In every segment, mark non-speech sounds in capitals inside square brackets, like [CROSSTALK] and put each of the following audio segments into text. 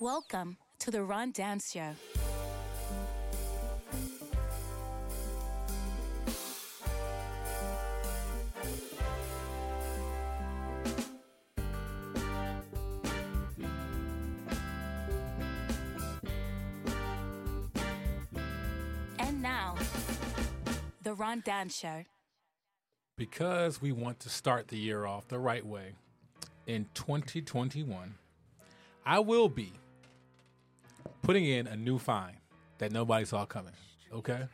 Welcome to the Ron Dance Show. And now, the Ron Dance Show. because we want to start the year off the right way in 2021 i will be putting in a new fine that nobody saw coming okay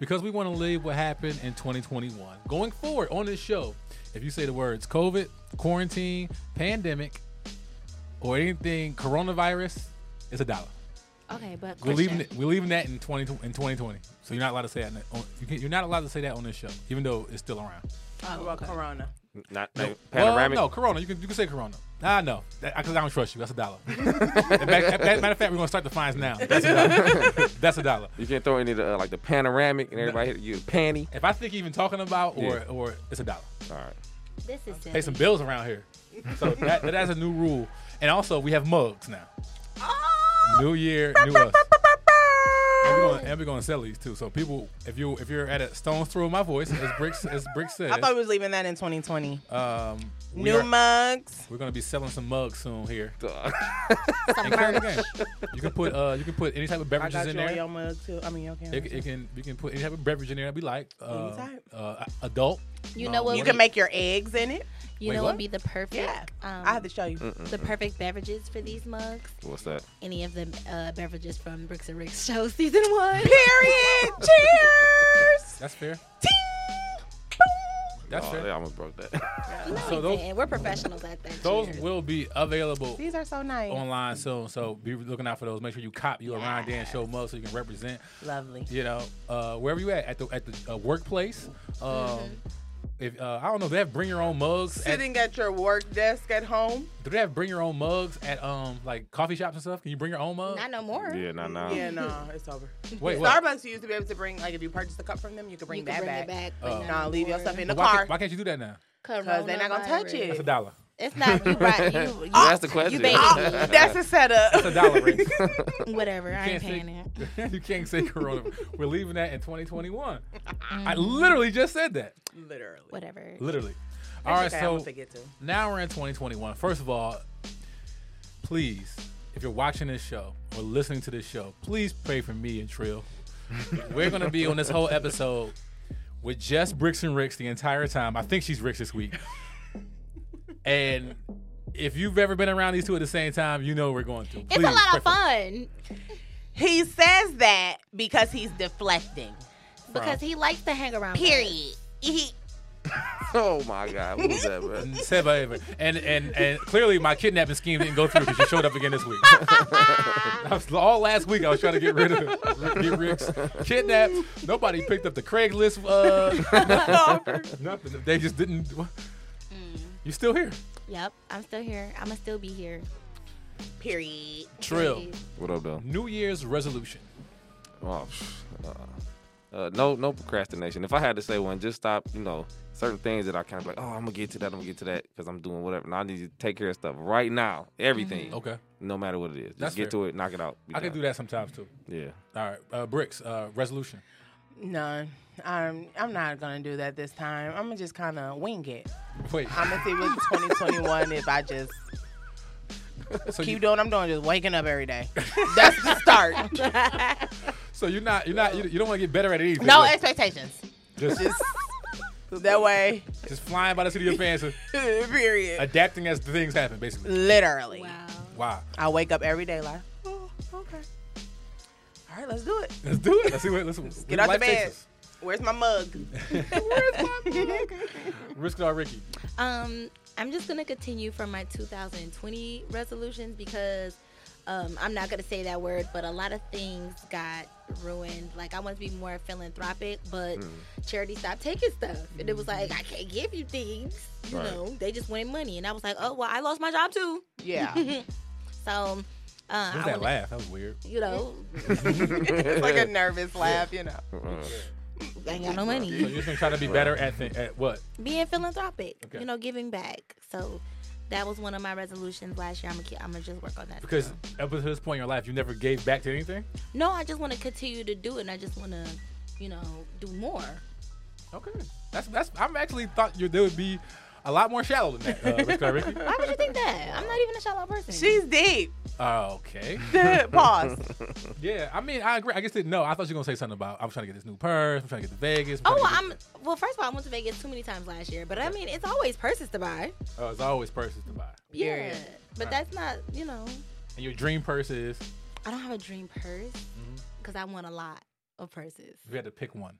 because we want to leave what happened in 2021 going forward on this show if you say the words covid quarantine pandemic or anything coronavirus it's a dollar Okay, but we're leaving it, question. we're leaving that in 20 in 2020 so you're not allowed to say that in the- on, you can, you're not allowed to say that on this show even though it's still around Oh, Well, okay. Corona. Not, not panoramic. Well, no, Corona. You can you can say Corona. Ah, no, because I don't trust you. That's a dollar. [LAUGHS] In fact- matter of fact, we're gonna start the fines now. That's a [LAUGHS] dollar. That's a dollar. You can't throw any of the, uh, like the panoramic and everybody hit you with panty. If I think you're even talking about or Yeah. or it's a dollar. All right. This is Pay silly. some bills around here. So that, that's a new rule. And also, we have mugs now. New year, new us. And we're, gonna, and we're gonna sell these too. So people, if you if you're at a stone's throw of my voice, as Brick as Brick said, I thought we was leaving that in 2020. um, we New are- mugs. we're gonna be selling some mugs soon here. Duh. and carry the game. You can put uh, you can put any type of I beverages got in your there. Oreo mug too. I mean, your camera. It, it can you can put any type of beverage in there that we like. Uh, Any type. uh, adult. You know Um, what? you would can be- make your eggs in it. You Wait, know what? what would be the perfect? Yeah. Um, I have to show you. the perfect beverages for these mugs. [LAUGHS] What's that? Any of the uh, beverages from Bricks and Ricks [LAUGHS] show season one. Period. Cheers. That's fair. Ting. That's oh, fair. yeah, I almost broke that. [LAUGHS] You know So what I'm those- saying? We're professionals at that. Those Cheers. will be available These are so nice. online soon, so be looking out for those. Make sure you cop you around Dan Show mug so you can represent. Lovely. You know, uh, wherever you at at the at the uh, workplace. Um, If uh, I don't know, do they have bring your own mugs. At, Mm-hmm. Sitting at your work desk at home. do they have bring your own mugs at um like coffee shops and stuff? Can you bring your own mug? Not no more. yeah, nah, nah. Yeah, no, it's over. Wait, what? Starbucks used to be able to bring, like, if you purchased a cup from them, you could bring you that can bring back. it back. Oh. but Nah, no leave more. your stuff in the Why car. can't, why can't you do that now? Coronavirus. they're not gonna touch it. That's a dollar. It's not you right. You, [LAUGHS] you, Ah, That's the You question. [LAUGHS] Oh, baby. that's a setup. That's a dollar. [LAUGHS] Rick. Whatever. I ain't can't say- paying it. you can't say corona. We're leaving that in 2021. I Mm-hmm. literally just said that. Literally. Whatever. Literally. All right, Okay, I'm gonna so forget to. now we're in 2021. First of all, please, if you're watching this show or listening to this show, please pray for me and Trill. we're gonna be on this whole episode with just Bricks and Ricks the entire time. I think she's Ricks this week. and if you've ever been around these two at the same time, you know what we're going through. It's a lot of fun He says that because he's deflecting. because he likes to hang around. us. Period. He- Oh my God, what was that, man? Said by everyone. And and and clearly my kidnapping scheme didn't go through because you showed up again this week. [LAUGHS] I was, all last week I was trying to get rid of get Rick's kidnapped. Nobody picked up the Craigslist. [LAUGHS] Uh, nothing. They just didn't. You still here? Yep. I'm still here. I'ma still be here. Period. Trill. Period. [LAUGHS] What up, though? New Year's resolution. Oh, pff, uh, uh, no, no procrastination. If I had to say one, just stop. You know, certain things that I kind of like. Oh, I'm gonna get to that. I'm gonna get to that because I'm doing whatever. And I need to take care of stuff right now. Everything. Okay, No matter what it is, just Mm-hmm. That's get fair. to it. Knock it out. I can do that sometimes too. Yeah. All right, uh, bricks. Uh, resolution. None. I'm, I'm not going to do that this time. I'm going to just kind of wing it. Wait. I'm going to see what [LAUGHS] 2021 if I just So keep you, doing what I'm doing, just waking up every day. That's [LAUGHS] the start. so you're not you're not you, you don't want to get better at anything. No Like, expectations. just Just that way. [LAUGHS] just flying by the seat of your pants, and Period. adapting as the things happen, basically. Literally. Wow. Wow. I wake up every day like, oh, okay. All right, let's do it. Let's do it. Let's see what let's let's Get out the bed. Where's my [LAUGHS] mug? Risk it all, Ricky. Um, I'm just gonna continue from my 2020 resolutions because um, I'm not gonna say that word, but a lot of things got ruined. Like I wanted to be more philanthropic, but Mm. charity stopped taking stuff, and it was like I can't give you things. You Right. know, they just wanted money, and I was like, oh well, I lost my job too. [LAUGHS] Yeah. [LAUGHS] So, uh, What was I that wanna- laugh? That was weird. you know, it's like a nervous laugh, you know. Uh, I ain't got no So money. you're just gonna try to be better at thi- at what? Being philanthropic, Okay. you know, giving back. So That was one of my resolutions last year. I'm gonna, I'm gonna just work on that. Because up until this point in your life, you never gave back to anything. no, I just want to continue to do it. and I just want to, you know, do [LAUGHS] more. Okay, that's that's. I'm actually thought you there would be a lot more shallow than that. Uh, Ricky, [LAUGHS] Ricky. Why would you think that? I'm not even a shallow person. She's deep. [LAUGHS] Okay. Pause. Yeah, I mean, I agree. I guess it, no. I thought you were gonna say something about I'm trying to get this new purse. I'm trying to get to Vegas. Oh, trying well, to I'm well. First of all, I went to Vegas too many times last year, but I mean, it's always purses to buy. get- oh, it's always purses to buy. Yeah, Period. but that's not, you know, And your dream purse is I don't have a dream purse Mm-hmm. because I want a lot of purses. if you had to pick one.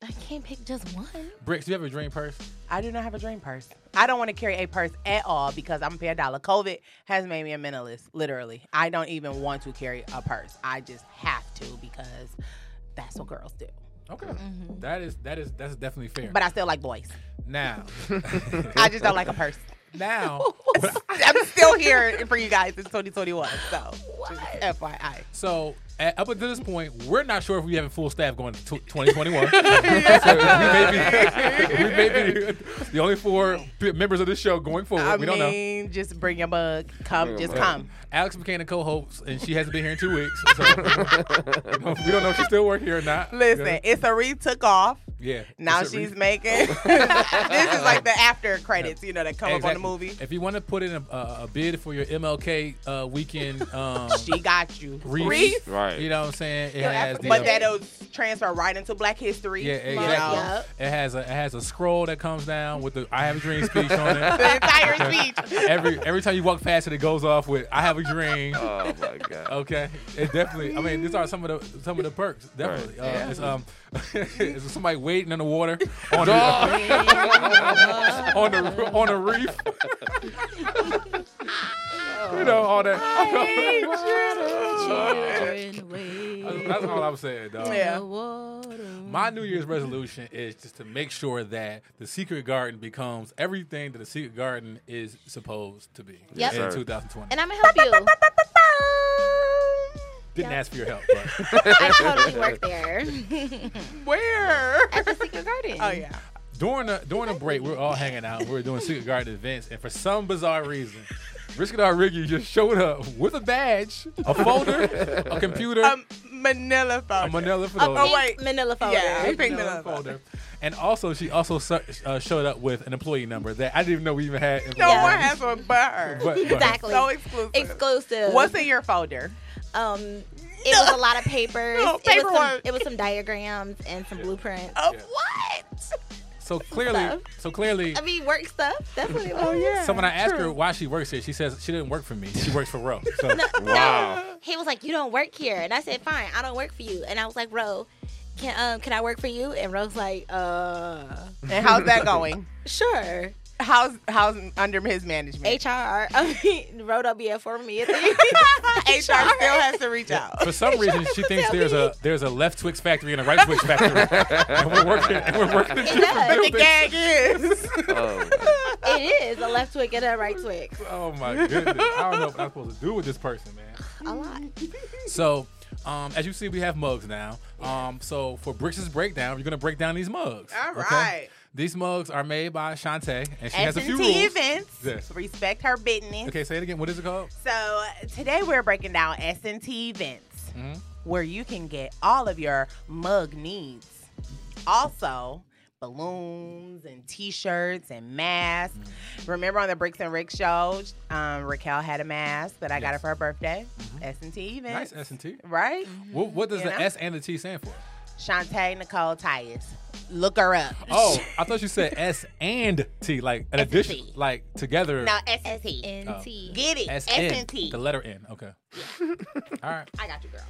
I can't pick just one. [LAUGHS] Bricks, do you have a dream purse? I do not have a dream purse. I don't want to carry a purse at all because I'm a dollar. COVID has made me a minimalist, literally. I don't even want to carry a purse. I just have to because that's what girls do. Okay, That is that is that's definitely fair. Mm-hmm. But I still like boys. [LAUGHS] now, I just don't like a purse. [LAUGHS] now, I'm still here for you guys. It's 2021, so What? just FYI. so at, up until this point, we're not sure if we have a full staff going to tw [LAUGHS] 2021. so we may be, we may be the only four p- members of this show going forward. I we don't know. mean, just bring your bug. Come, Bring your just bug. come. Alex McCann co-hosts, and she hasn't been here in two weeks. So [LAUGHS] we don't we don't know if she still work here or not. Listen, Yeah. it's a re took off. yeah. Now It's a re- [LAUGHS] she's making. [LAUGHS] this is like the after credits, you know, that come up on Exactly. the movie. If you want to put in a, a, a bid for your MLK uh, [LAUGHS] weekend, um, She got you. wreath, Reese. Right. You know what I'm saying? It has the, But that'll transfer right into Black History. yeah, you know, exactly. Yup. It has a it has a scroll that comes down with the "I Have a Dream" speech on The [LAUGHS] it. entire speech. [LAUGHS] every every time you walk past it, it goes off with "I have a dream." Oh [LAUGHS] my god. Okay, it definitely. I mean, these are some of the some of the perks. Definitely, uh, it's um, [LAUGHS] it's somebody waiting in the water on the on the on the reef. [LAUGHS] you know all that. Children wait. [LAUGHS] That's all I'm saying, dog. Yeah. The water. My New Year's resolution is just to make sure that the Secret Garden becomes everything that the Secret Garden is supposed to be Yes, in sir. 2020. And I'm gonna help you. [LAUGHS] Didn't ask for your help, but I totally work [LAUGHS] there Where? at the Secret Garden. Oh, yeah. during a during a break, we we're all hanging out. We were doing Secret Garden events, and for some bizarre reason, Rishkadar Riggy just showed up with a badge, a folder, a computer, Um, Manila phone. a manila for A pink Oh, those. wait. Manila folder. Yeah, he picked No. Manila phone. folder. And also, she also su- uh, showed up with an employee number that I didn't even know we even had. No employee one numbers. has one but her. But- but- Exactly. So exclusive. Exclusive. What's in your folder? Um, it was a lot of papers. No, it, was some, paperwork. it was some diagrams and some blueprints. Of Yeah. Uh, what? So clearly, stuff. so clearly, I mean, work stuff. That's what it Oh, was. So when I asked her why she works here, she says she didn't work for me. She works for Ro. So Wow. He was like, "You don't work here," and I said, "Fine, I don't work for you." And I was like, "Ro, can um can I work for you?" And Ro's like, "Uh, And [LAUGHS] how's that going? sure." How's how's under his management? HR. I mean, Ro don't be informing [LAUGHS] me. at the- HR still [LAUGHS] [LAUGHS] has to reach out. for some reason, she thinks there's a there's a left Twix factory and a right Twix factory, and we're working and we're working the It different does. The buildings. gag is. Oh, It is a left twig and a right twig. Oh my goodness! I don't know what I'm supposed to do with this person, man. A lot. Oh. So. Um, as you see, we have mugs now. Um, so for Bricks' breakdown, we're gonna break down these mugs. All okay? right. These mugs are made by Shantae, and [LAUGHS] she has a few S&T rules. events. Yes. Respect her business. Okay, say it again. What is it called? So today we're breaking down S and T events Mm-hmm. where you can get all of your mug needs. Also, balloons and T-shirts and masks. Mm-hmm. Remember on the Bricks and Rick show, um, Raquel had a mask that I got her for her birthday. S and T Mm-hmm. Nice S events, and T. right? Mm-hmm. What, what does You the know? S and the T stand for? Shantae Nicole Tyus. Look her up. [LAUGHS] Oh, I thought you said S and T, like an and addition, T. like together. No, S and T. N T. Get it. S S N and T. the letter N. Okay. All right. I got you, girl.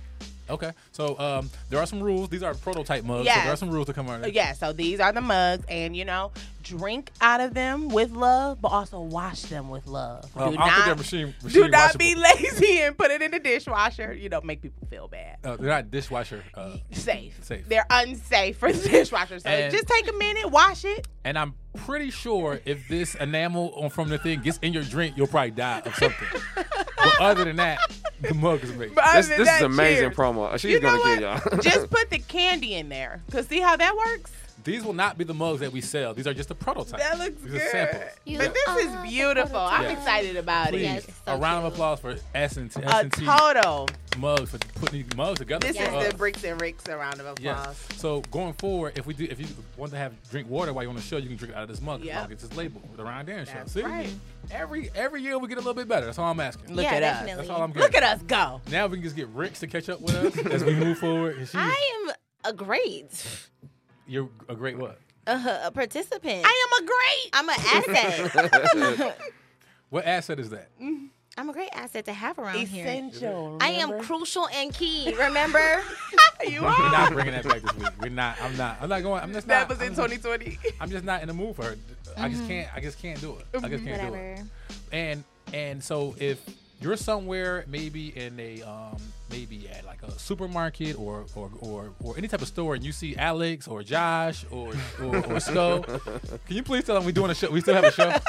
Okay. So um, there are some rules. These are prototype mugs. So Yes. there are some rules to come out. of this. Yeah, so these are the mugs, and you know, drink out of them with love, but also wash them with love. Um, do I don't think they're not, machine. machine do not washable. be lazy and put it in the dishwasher. You know, make people feel bad. Uh, they're not dishwasher. Uh, Safe. Safe. They're unsafe for the dishwasher. So And- just take a minute, wash it. and I'm pretty sure if this enamel on from the thing gets in your drink, you'll probably die of something. but other than that, the mug is amazing. But other this than this that, is amazing cheers. promo. She's You know gonna kill [LAUGHS] what? y'all. just put the candy in there. Cause see how that works? These will not be the mugs that we sell. These are just a prototype. That looks These are samples. good. You But this are the is beautiful. I'm prototype. excited about Please, it. Yes, so a round of cute. applause for S and T A total. mugs for putting these mugs together. This for is us. the bricks and ricks a round of applause. Yes. So going forward, if we do, if you want to have drink water while you're on the show, you can drink it out of this mug. as Yep. long as It's labeled the Ryan Dan show. That's See, right. every every year we get a little bit better. That's all I'm asking. Look yeah, at us. definitely. That's all I'm getting. Look at us go. Now we can just get Ricks to catch up with us as we move forward. And she, I am a great you're a great what? uh, a participant. I am a great. I'm an asset. What asset is [LAUGHS] that? I'm a great asset to have around here. Essential. I am crucial and key. [LAUGHS] Remember? You We're are. not bringing that back this week. We're not. I'm not. I'm not going. I'm just [LAUGHS] That not. was in Mm-hmm. I'm- [LAUGHS] 2020. I'm just not in the mood for her. I just can't. I just can't do it. I just can't do it. Whatever. and and so if you're somewhere maybe in a um maybe at like a supermarket or or or, or any type of store and you see alex or josh or or, or Sco, can you please tell them we're doing a show we still have a show And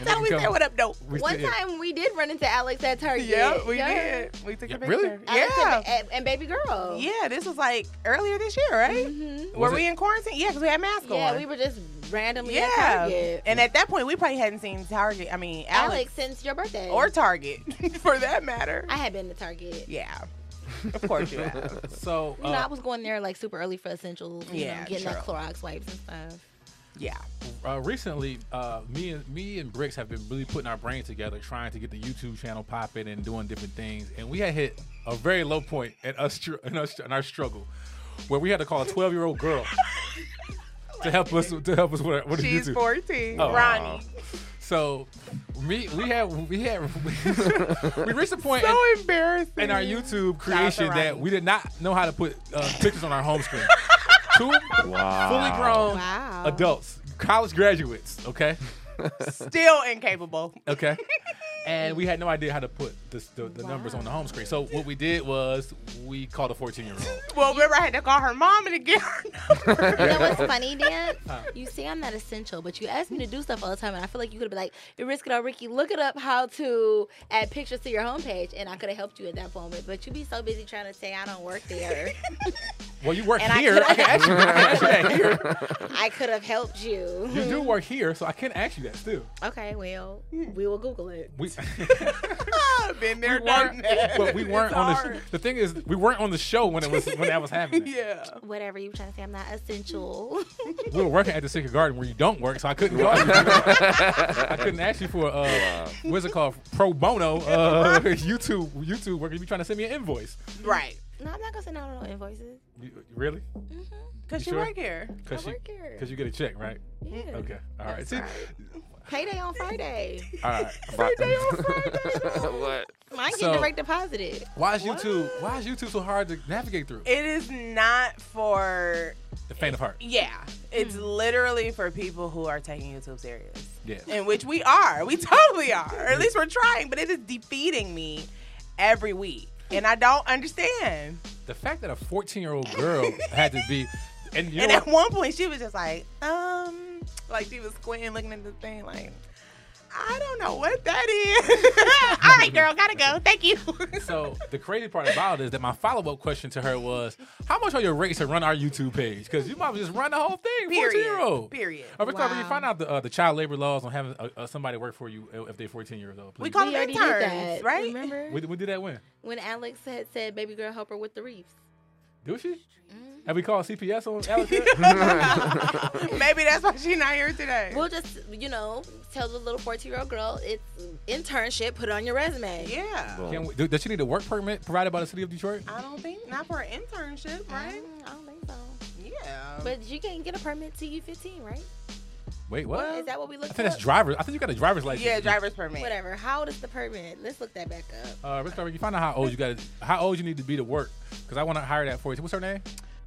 they So can we come. said what up, dope. We One still- yeah. time we did run into Alex at Target. Yeah, we Yeah. did. We took a Yeah, picture. really? Alex Yeah. and, and, and baby girl. Mm-hmm. Yeah, this was like earlier this year, right? Were Mm-hmm. Was we it- in quarantine? Yeah, because we had masks on. Yeah, we were just randomly at Yeah. Target. And at that point, we probably hadn't seen Target. I mean, Alex, Alex, since your birthday. or Target, [LAUGHS] for that matter. I had been to Target. yeah, of course you have. [LAUGHS] so You know, I uh, was going there like super early for essentials. You Yeah, know, getting that true. Clorox wipes and stuff. Yeah, uh, recently uh me and me and bricks have been really putting our brains together trying to get the youtube channel popping and doing different things and we had hit a very low point at us str- in, us in our struggle where we had to call a 12 year old girl to help us to help us with, our, with the she's youtube 14. Oh. Ronnie, So, me, we had, we had, [LAUGHS] we reached a point so embarrassing. in, in our YouTube creation that Ronnie. we did not know how to put uh, pictures on our home screen. Two [LAUGHS] Wow. fully grown Wow. adults, college graduates, okay, still incapable. okay, [LAUGHS] and we had no idea how to put this, the, the numbers on the home screen. So what we did was we called a 14 year old. Well, remember I had to call her mom to get her [LAUGHS] number. You know [LAUGHS] what's funny, Dan? You say I'm not essential, but you ask me to do stuff all the time, and I feel like you could be like, "Risk it or Ricky, look it up how to add pictures to your homepage," and I could have helped you at that moment. But you be so busy trying to say I don't work [LAUGHS] there, Well, you work And I here. could- I, can ask you. I [LAUGHS] can ask you that here. I could have helped You you. do work here, so I can ask you that still. Okay, well, we will Google it. [LAUGHS] We. [LAUGHS] Been there, we done weren't, [LAUGHS] that. but we weren't It's on the. hard. Sh- the thing is, we weren't on the show when it was when [LAUGHS] that was happening. Yeah. Whatever you trying to say, I'm not [LAUGHS] essential. We were working at the Secret Garden where you don't work, so I couldn't call you. [LAUGHS] I [LAUGHS] couldn't ask you for uh, what's it called, pro bono uh, [LAUGHS] YouTube YouTube work. You be trying to send me an invoice? Right. no, I'm not gonna send out no invoices. You- really? Because she You sure? work here. Because I work here. you get a check, right? Yeah. Okay. All right. That's See. Payday [LAUGHS] on Friday. All right. [LAUGHS] [LAUGHS] what? Mine getting So- direct deposited. Why is YouTube? Why is YouTube so hard to navigate through? It is not for The faint of heart. Yeah, it's literally for people who are taking YouTube serious. Mm. Yes. In which we are, we totally are. Or at least we're trying, but it is defeating me every week, and I don't understand. The fact that a 14 year old girl had to be, and you and know at [LAUGHS] what? one point, she was just like, um, like she was squinting, looking at the thing, like. I don't know what that is. [LAUGHS] All right, girl, gotta go. Thank you. So the crazy part about it is that my follow up question to her was, "How much are your rates to run our YouTube page? Because you might just run the whole thing, fourteen year [LAUGHS] period. old. Period. I recover. You Wow. find out the uh, the child labor laws on having uh, uh, somebody work for you if they're fourteen years old. Please. We call We them already did interns, that, right? Remember We, we did that when? when Alex had said, "Baby girl, help her with the reefs." Do she? Mm-hmm. Have we called [LAUGHS] CPS on Alex? yet? [LAUGHS] Maybe that's why she's not here today. We'll just, you know, tell the little fourteen-year-old girl it's internship. Put it on your resume. yeah. Boom. Can we, do, does she need a work permit provided by the city of Detroit? I don't think not for an internship, I right? don't, Mm, I don't think so. Yeah. But you can get a permit till you 15, right? Wait, what? Is that what we I look for? think that's driver. I think you got a driver's license. yeah, driver's permit. Whatever. How old is the permit? Let's look that back up. Uh, Rick, you find out how old you got. How old you need to be to work? Because I want to hire that fourteen. What's her name?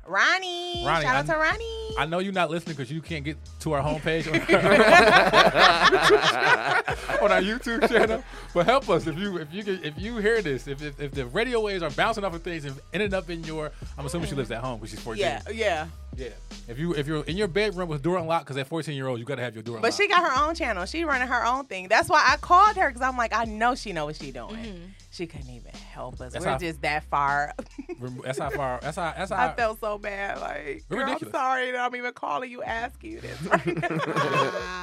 Ronnie. Ronnie, Shout out I'm- to Ronnie. I know you're not listening because you can't get to our homepage on, [LAUGHS] on our YouTube channel. But help us if you if you can, if you hear this if, if if the radio waves are bouncing off of things and ended up in your I'm assuming she lives at home because she's 14. yeah, yeah. Yeah. If you if you're in your bedroom with door unlocked, because at 14 year old you gotta have your door But unlocked. she got her own channel. She running her own thing. That's why I called her because I'm like, I know she know what she doing. She couldn't even help us. That's We're how- just that far. [LAUGHS] Rem- That's how far. That's how. That's I how. felt so bad. Like, We're girl, I'm ridiculous. sorry that I'm even calling you, asking you [LAUGHS] this. Right now.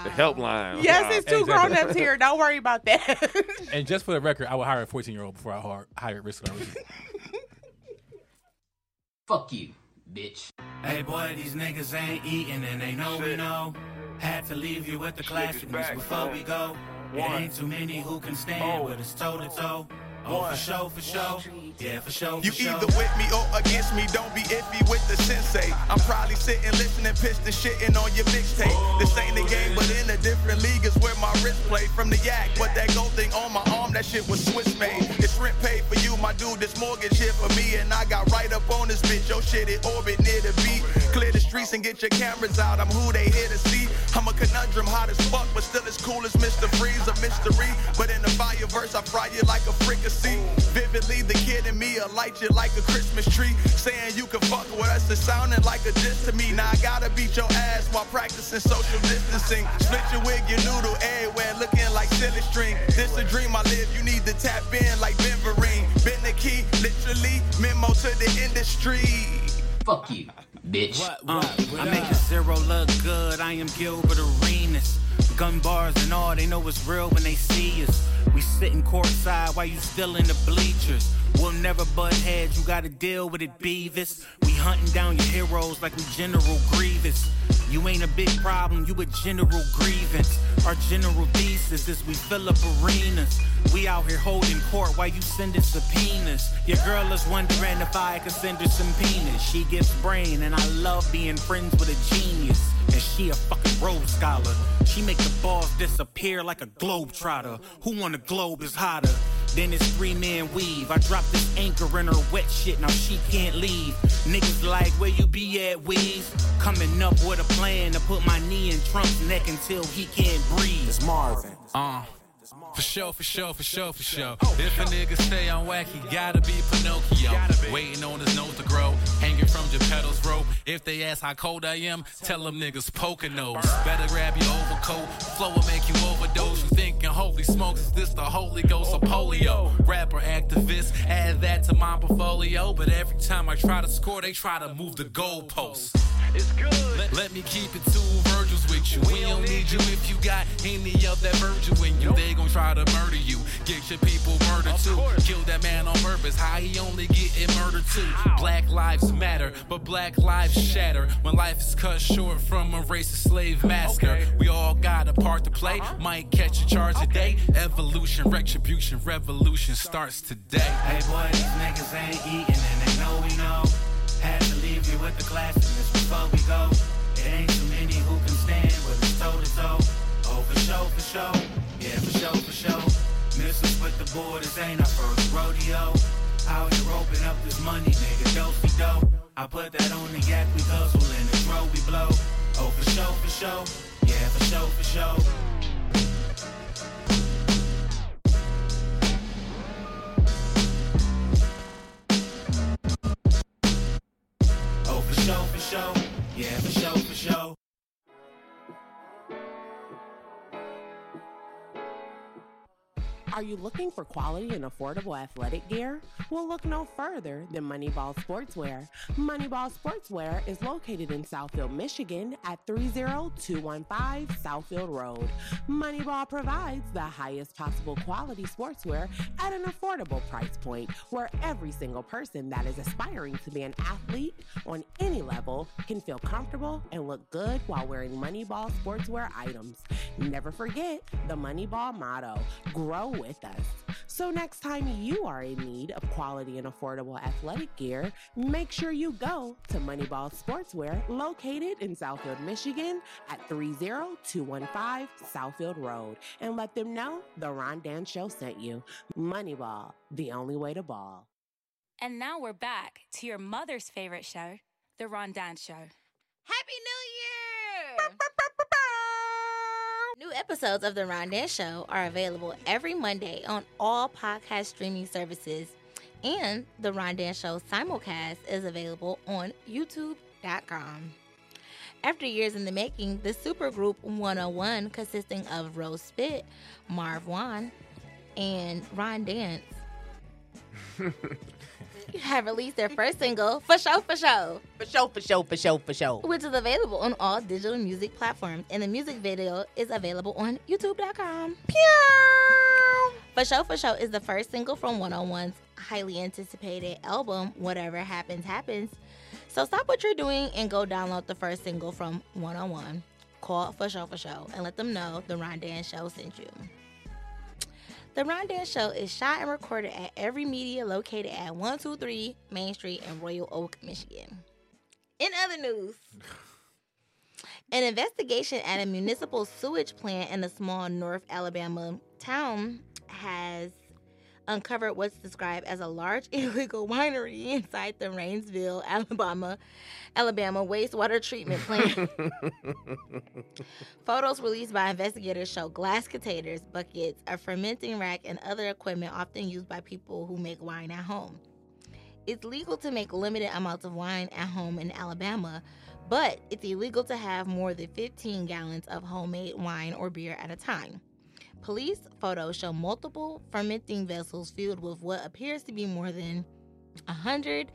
The helpline. yes, it's two Exactly. grown ups here. Don't worry about that. [LAUGHS] and just for the record, I would hire a 14 year old before I hire, hire Risk and Unreasonable. Fuck you, bitch. Hey boy, these niggas ain't eating and they know we know. Had to leave you with the classicness before we go. It ain't too many who can stand Oh. with us toe to toe. Oh, for sure, for sure. Yeah, for sure. For You sure. either with me or against me. Don't be iffy with the sensei. I'm probably sitting, listening, pissed and shitting on your mixtape. This ain't the game, but in a different league is where my wrist play from the yak. But that gold thing on my arm, that shit was Swiss made. It's rent paid for you, my dude. This mortgage here for me, and I got right up on this bitch. Your shit in orbit near the beat. Clear the streets and get your cameras out. I'm who they here to see. I'm a conundrum, hot as fuck, but still as cool as Mr. Freeze, a mystery. But in the fire verse, I fry you like a fricassee. Vividly, the kid in me, I light you like a Christmas tree. Saying you can fuck with us, it's sounding like a diss to me. Now I gotta beat your ass while practicing social distancing. Split your wig, your noodle, everywhere looking like silly string. This a dream I live, you need to tap in like Benverine. Been the key, literally, memo to the industry. Fuck you, bitch. Um, I make a zero look good. I am Gilbert Arenas. Gun bars and all, they know it's real when they see us. We sitting courtside while you still in the bleachers. We'll never butt heads, you gotta deal with it, Beavis. We hunting down your heroes like we General Grievous. You ain't a big problem, you a general grievance. Our general thesis is we fill up arenas. We out here holding court while you sending subpoenas. Your girl is wondering if I could send her some penis. She gets brain, and I love being friends with a genius. And she a fucking Rhodes scholar. She make the balls disappear like a globetrotter. Who on the globe is hotter? Then it's three man weave. I drop this anchor in her wet shit, now she can't leave. Niggas like, where you be at, Weeze? Coming up with a plan to put my knee in Trump's neck until he can't breathe. It's Marvin. Uh. For sure, for sure, for sure, Oh, for sure. If a nigga say I'm wacky, gotta be Pinocchio. Waiting on his nose to grow, hanging from your pedals rope. If they ask how cold I am, tell them niggas poking nose. Better grab your overcoat, flow will make you overdose. You thinking, holy smokes, is this the Holy Ghost or polio? Rapper activist, add that to my portfolio. But every time I try to score, they try to move the goalposts. Let, let me keep it two Virgils with you. We don't need you if you got any of that Virgil in you. They gon' try to murder you. Get your people murdered too. Kill that man on purpose. How he only getting murdered too. Black lives matter, but black lives shatter. When life is cut short from a racist slave master. We all got a part to play. Uh-huh. Might catch a charge today. Evolution, retribution, revolution starts today. Hey boy, these niggas ain't eating and they know we know. Had to leave you with the glasses before we go. It ain't too many who can stand with us toe to toe. Oh, for sure, for sure. Yeah, for sure, for sure. Miss us with the borders, ain't our first rodeo. Out here roping up this money, nigga, dosey dope. I put that on the yak, we hustle and the throw we blow. Oh, for sure, for sure. Yeah, for sure, for sure. Oh, for sure, for sure. Yeah, for sure, for sure. Are you looking for quality and affordable athletic gear? Well, look no further than Moneyball Sportswear. Moneyball Sportswear is located in Southfield, Michigan at 30215 Southfield Road. Moneyball provides the highest possible quality sportswear at an affordable price point where every single person that is aspiring to be an athlete on any level can feel comfortable and look good while wearing Moneyball sportswear items. Never forget the Moneyball motto grow with us. So, next time you are in need of quality and affordable athletic gear, make sure you go to Moneyball Sportswear, located in Southfield, Michigan at 30215 Southfield Road, and let them know the Ron Dan Show sent you. Moneyball, the only way to ball. And now we're back to your mother's favorite show, The Ron Dance Show. Happy New Year! New episodes of The Rondin Show are available every Monday on all podcast streaming services. And The Rondin Show simulcast is available on YouTube.com. After years in the making, the supergroup 101, consisting of Rose Spit, Marv Juan, and Ron Dance, have released their first single, For Show, For Show, For sure, for sure, for sure, for sure. which is available on all digital music platforms. And the music video is available on YouTube.com. For Show, For Show is the first single from 101's highly anticipated album, Whatever Happens, Happens. So stop what you're doing and go download the first single from 101. Call For Show, For Show and let them know the Ron Dan Show sent you. The Ron Dan Show is shot and recorded at Every Media located at 123 Main Street in Royal Oak, Michigan. In other news, an investigation at a municipal sewage plant in a small North Alabama town has uncovered what's described as a large [LAUGHS] illegal winery inside the Rainsville, Alabama, Alabama wastewater treatment plant. Photos released by investigators show glass containers, buckets, a fermenting rack, and other equipment often used by people who make wine at home. It's legal to make limited amounts of wine at home in Alabama, but it's illegal to have more than 15 gallons of homemade wine or beer at a time. Police photos show multiple fermenting vessels filled with what appears to be more than 100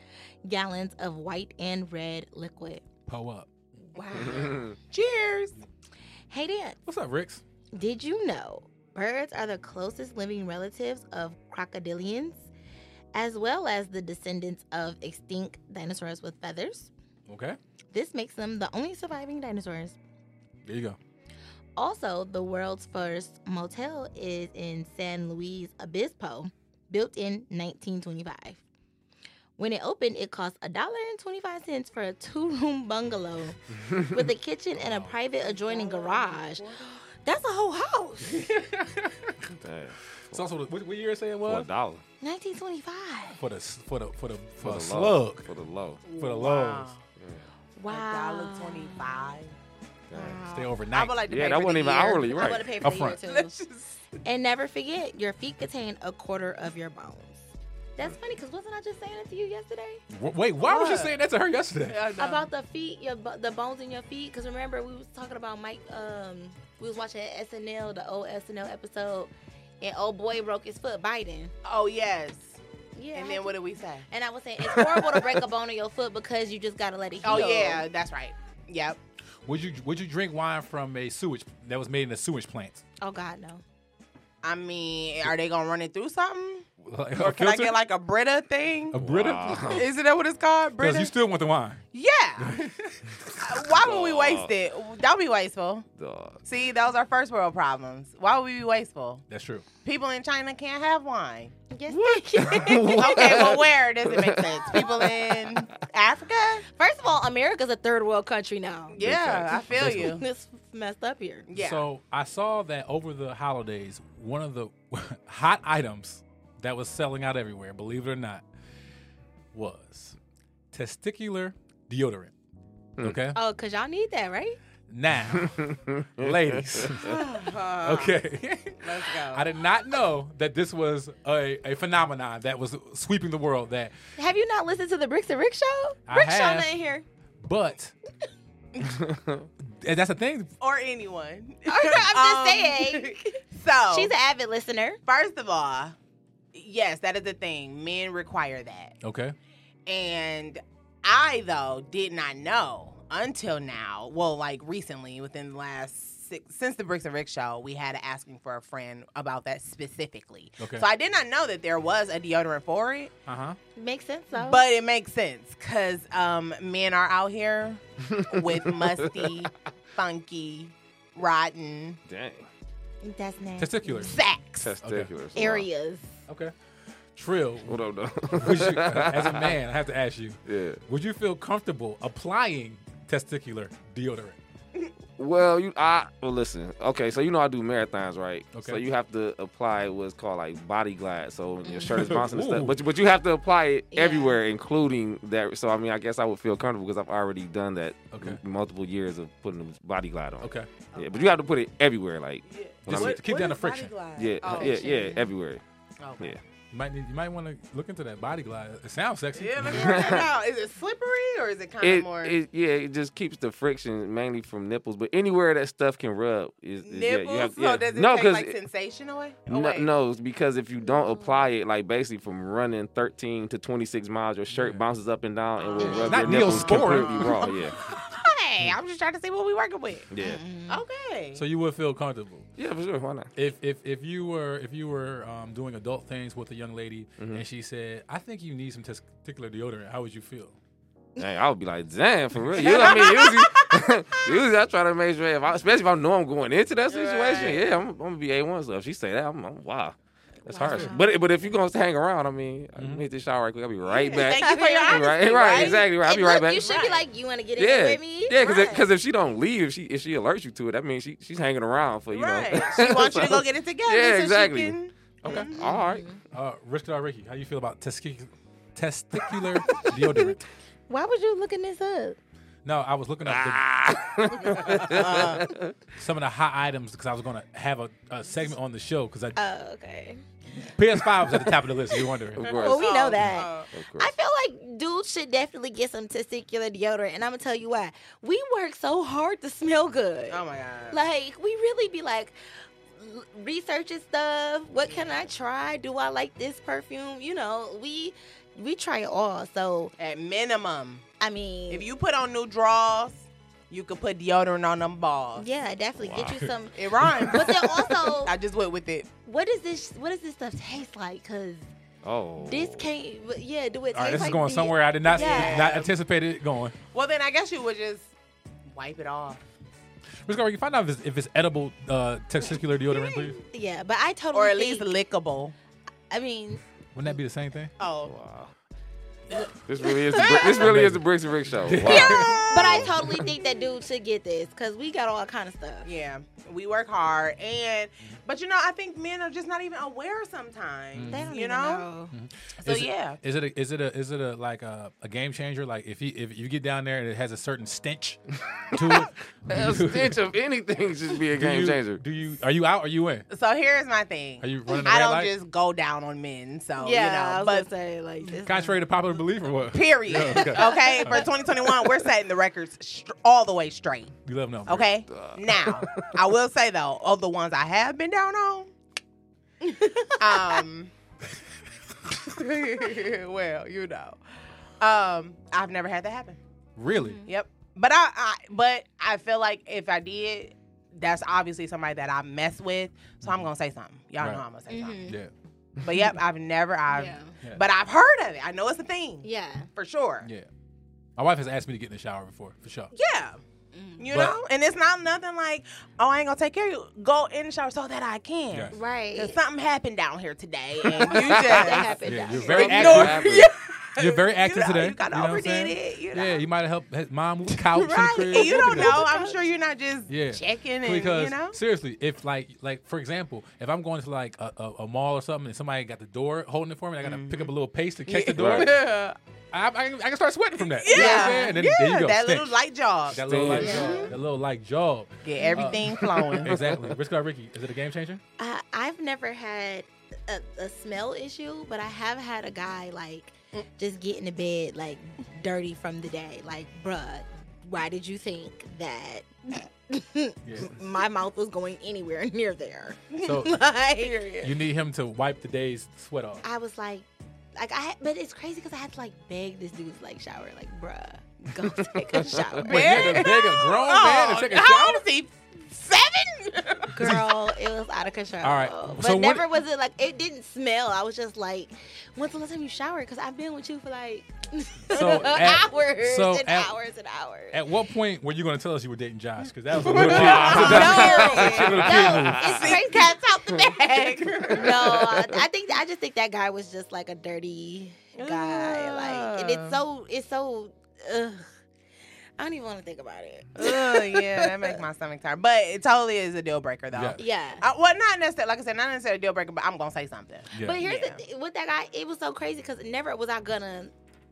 gallons of white and red liquid. Po up. Wow. Cheers. hey, Dan, What's up, Ricks? did you know birds are the closest living relatives of crocodilians, as well as the descendants of extinct dinosaurs with feathers? Okay. This makes them the only surviving dinosaurs. There you go. Also, the world's first motel is in San Luis Obispo, built in 1925. When it opened, it cost $1.25 for a two [LAUGHS] room bungalow with a kitchen and a private adjoining garage. That's a whole house. Dang. It's also the, what, what year say it For a was dollar. 1925. for the s- for the for the for, For a the low. slug For the low. for the Wow. lows. Wow. Dollar twenty-five. Dang. Stay I overnight. would like to Yeah, pay that for wasn't the even year. hourly, I want right? to pay for the year Upfront. too. Let's just- And never forget, your feet contain a quarter of your bones. That's funny because wasn't I just saying it to you yesterday? W- Wait, why was you What? saying that to her yesterday? Yeah, I know. about the feet, your bo- the bones in your feet. Because remember, we was talking about Mike. Um, we was watching SNL, the old SNL episode, and old boy broke his foot biting. Oh yes. Yeah. And then what did we say? [LAUGHS] And I was saying it's horrible to break a bone in your foot because you just gotta let it heal. Oh yeah, that's right. Yep. Would you would you drink wine from a sewage that was made in a sewage plant? [LAUGHS] Oh God, no. I mean, are they gonna run it through something? Like, Or a can I filter? get like a Brita thing? a Brita? [LAUGHS] [LAUGHS] Wow. Isn't that what it's called? Because Brita? you still want the wine. [LAUGHS] yeah. Why would we waste it? Don't be wasteful. Dog. See, those are first world problems. Why would we be wasteful? That's true. People in China can't [LAUGHS] have wine. [LAUGHS] Yes, Okay, well, where does it make sense? People [LAUGHS] in Africa? First of all, America's a third world country now. Yeah, I feel you. It's messed up here. Yeah. So I saw that over the holidays, one of the [LAUGHS] hot items that was selling out everywhere, believe it or not, was testicular deodorant. Hmm. Okay? Oh, cause y'all need that, right? [LAUGHS] Now, ladies. Uh, [LAUGHS] Okay. Let's go. I did not know that this was a, a phenomenon that was sweeping the world that Have you not listened to the Bricks and Rick show? I Rick show have. ain't here. [LAUGHS] but and that's the thing. or [LAUGHS] anyone. [LAUGHS] Um, I'm just saying. Oh. So She's an avid listener. first of all, yes, that is the thing. Men require that. Okay. And I though did not know until now. Well, like recently, within the last six since the Bricks and Rick show, we had a asking for a friend about that specifically. Okay. So I did not know that there was a deodorant for it, Uh-huh. Makes sense though. but it makes sense because um, men are [LAUGHS] out here with musty, funky, rotten Dang. that's nasty. Testicular. sacks. Testicular. areas. Okay. Trill. What up, [LAUGHS] Would you, though? as a man, I have to ask you, yeah. would you feel comfortable applying testicular deodorant? Well, you I well listen. Okay, so you know I do marathons, right? Okay. So you have to apply what's called like body glide. So when your [LAUGHS] shirt is bouncing and Ooh. stuff, but you- but you have to apply it Yeah. everywhere, including that. So I mean, I guess I would feel comfortable because I've already done that. Okay. m- Multiple years of putting the body glide on. Okay. Yeah, but you have to put it everywhere, like. Just when I'm- Oh, Oh, to keep down the friction. yeah, yeah, yeah, everywhere. Yeah. You might need, you might want to look into that body glide. It sounds sexy. Yeah, [LAUGHS] let me work that out. Is it slippery or is it kind of It, more it yeah, it just keeps the friction mainly from nipples, but anywhere that stuff can rub is, is yeah, you nipples? have- So yeah. does it no, take 'cause like it- sensation away? Oh, No, wait. no, it's because if you don't apply it, like basically from running 13 to 26 miles, your shirt bounces up and down and will rub Not your nipples Neosporin. completely raw. Yeah, Hey, I'm just trying to see what we working with. yeah, Mm. Mm-hmm. Okay. So you would feel comfortable yeah, for sure. Why not? if if if you were if you were um, doing adult things with a young lady Mm-hmm. and she said, "I think you need some testicular deodorant." How would you feel? Dang, I would be like, damn, for real. You know what I mean? Usually, [LAUGHS] usually I try to make sure, if I, especially if I know I'm going into that situation, yeah, I'm, I'm gonna be A1. So if she say that, I'm, I'm wow. That's hard. But it- but if you're gonna hang around, I mean, Mm-hmm. I'm hit the shower right quick. I'll be right back. Thank you for your honesty. [LAUGHS] right, right, exactly. Right. I'll And be right look, back. You should be like, you want to get in yeah, with me? yeah, because Right. because if she don't leave, if she if she alerts you to it, that means she she's hanging around for you Right. know. She wants you to go get it together. Yeah, so she exactly. can- [LAUGHS] Okay, Mm-hmm. all right. Uh, Richard or Ricky, how you feel about testicular testicular deodorant? Why was you looking this up? No, I was looking up the, Ah. [LAUGHS] some of the hot items because I was gonna have a, a segment on the show because Oh, okay. PS5 was at the top of the list. If you're wondering, Of course. Well, we know Oh, that. oh. of course. I feel like dudes should definitely get some testicular deodorant, and I'm gonna tell you why. We work so hard to smell good. Oh my god. Like we really be like l- researching stuff. What can I try? Do I like this perfume? You know, we we try it all. So At minimum, I mean, if you put on new draws, you could put deodorant on them balls. yeah, definitely get you some. [LAUGHS] It rhymes. But then also, I just went with it. what does this what does this stuff taste like? Cause Oh, this can't. but Yeah, do it. all right, taste this is like going the- somewhere I did not Yeah. not anticipate it going. Well, then I guess you would just wipe it off. Richard, or Ricky, find out if it's, if it's edible uh, testicular deodorant, please. Yeah, but I totally. Or at least think- lickable. I mean, Wouldn't that be the same thing? Oh. this really is the, Bri- this really is the bricks and [LAUGHS] Rick show. [LAUGHS] Wow. Ah. but Oh. I totally think that [LAUGHS] dude should get this because we got all kind of stuff. Yeah, we work hard, and but you know, I think men are just not even aware sometimes. They don't you even know. So Is it- yeah, Is it a, is it a is it a like a, a game changer? Like if you if you get down there and it has a certain stench to A it, do you- stench of anything should be a do game you- changer. Do you are you out? Or you in? so here's my thing. Are you running a I red don't light? just go down on men. So Yeah, you know, but say like this. Contrary to popular belief, or what? period. okay. okay. for 2021, we're setting the records str- all the way straight. You let them know. Okay, now I will say though, of the ones I have been down on, um, [LAUGHS] well, you know, um, I've never had that happen. Really? Yep. But I, I but I feel like if I did, that's obviously somebody that I mess with. So I'm gonna say something. Y'all all Right. know I'm gonna say something. Yeah. But yep, I've never I've Yeah. Yeah. but I've heard of it. I know it's a thing. Yeah. For sure. Yeah. My wife has asked me to get in the shower before, for sure. Yeah. You But- know? And it's not nothing like, oh, I ain't gonna take care of you. Go in the shower so that I can. Yes. Right. Cause something happened down here today and you That [LAUGHS] just happened. Yeah, down you're here. very Ignore- active. Yeah. You're very You active know, today. You kinda know what I'm overdid saying? it, you know. Yeah, you might have helped his mom move the couch. and [LAUGHS] Right. the crib. And you Look at don't that. know. I'm sure you're not just Yeah. checking and Because you know. seriously, if like like for example, if I'm going to like a, a, a mall or something and somebody got the door holding it for me, and I gotta pick up a little paste to catch the door. Right. [LAUGHS] Mm-hmm. Yeah. [LAUGHS] I, I, can- I can start sweating from that. You know what I'm Yeah, saying? And then yeah, there you go. that stench. little light job. that little like Yeah. job. That little like job. Get everything flowing. Exactly. Risk or Ricky, is it a game changer? I, I've never had a, a smell issue, but I have had a guy like just get into bed like dirty from the day. Like, bruh, why did you think that Yeah. [LAUGHS] my mouth was going anywhere near there? [LAUGHS] So [LAUGHS] like, you need him to wipe the day's sweat off. I was like, like I, had, but it's crazy because I had to like beg this dude's like shower, like, bruh, go [LAUGHS] take a shower. Wait, you had to beg a grown Oh, man to take a Oh, how shower? old is he? Seven? Girl, it was out of control. All right, But so what- never was it like, it didn't smell. I was just like, when's the last time you showered? Because I've been with you for like [LAUGHS] So at- hours so and at- hours and hours. At what point were you going to tell us you were dating Josh? Because that was [LAUGHS] a little that [LAUGHS] Oh, no, was a kid move. no, [LAUGHS] it's crazy. Cats out the bag. no, I, I think I just think that guy was just like a dirty guy. Like, and it's so it's so. Ugh, I don't even want to think about it. Ugh, yeah, that makes my stomach tired. But it totally is a deal breaker, though. Yeah. Yeah. Uh, well, not necessarily. Like I said, not necessarily a deal breaker, but I'm gonna say something. Yeah. But here's Yeah. the th- with that guy, it was so crazy because never was I gonna,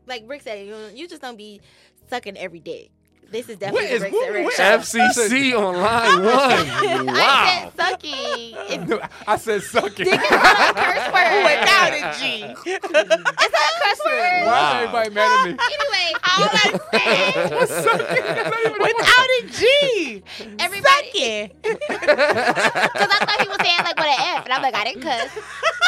like Rick said, you, you just don't be sucking every dick. This is definitely is the Bricks Wooten? and Rick Where- show. FCC on line one. [LAUGHS] Wow. I said sucky. [LAUGHS] It's No, I said suck it. not a curse word. Without a G. It's not a curse Why word. Wow. is everybody mad at me? Anyway, all I'm saying, [LAUGHS] Without a G. everybody, Sucky. because I thought he was saying like with an F, and I'm like, I didn't cuss,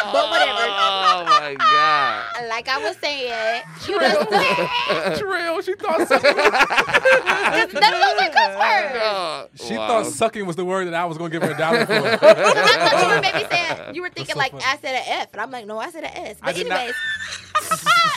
but whatever. Oh my God. Like I was saying, [LAUGHS] you just Trill, she thought sucking was, none of those are cuss words. Oh, she wow. thought sucking was the word that I was gonna give her a dollar for. Because I thought you were maybe saying you were thinking so like funny. I said an F, and I'm like, no, I said an S. I But did not- anyways, [LAUGHS]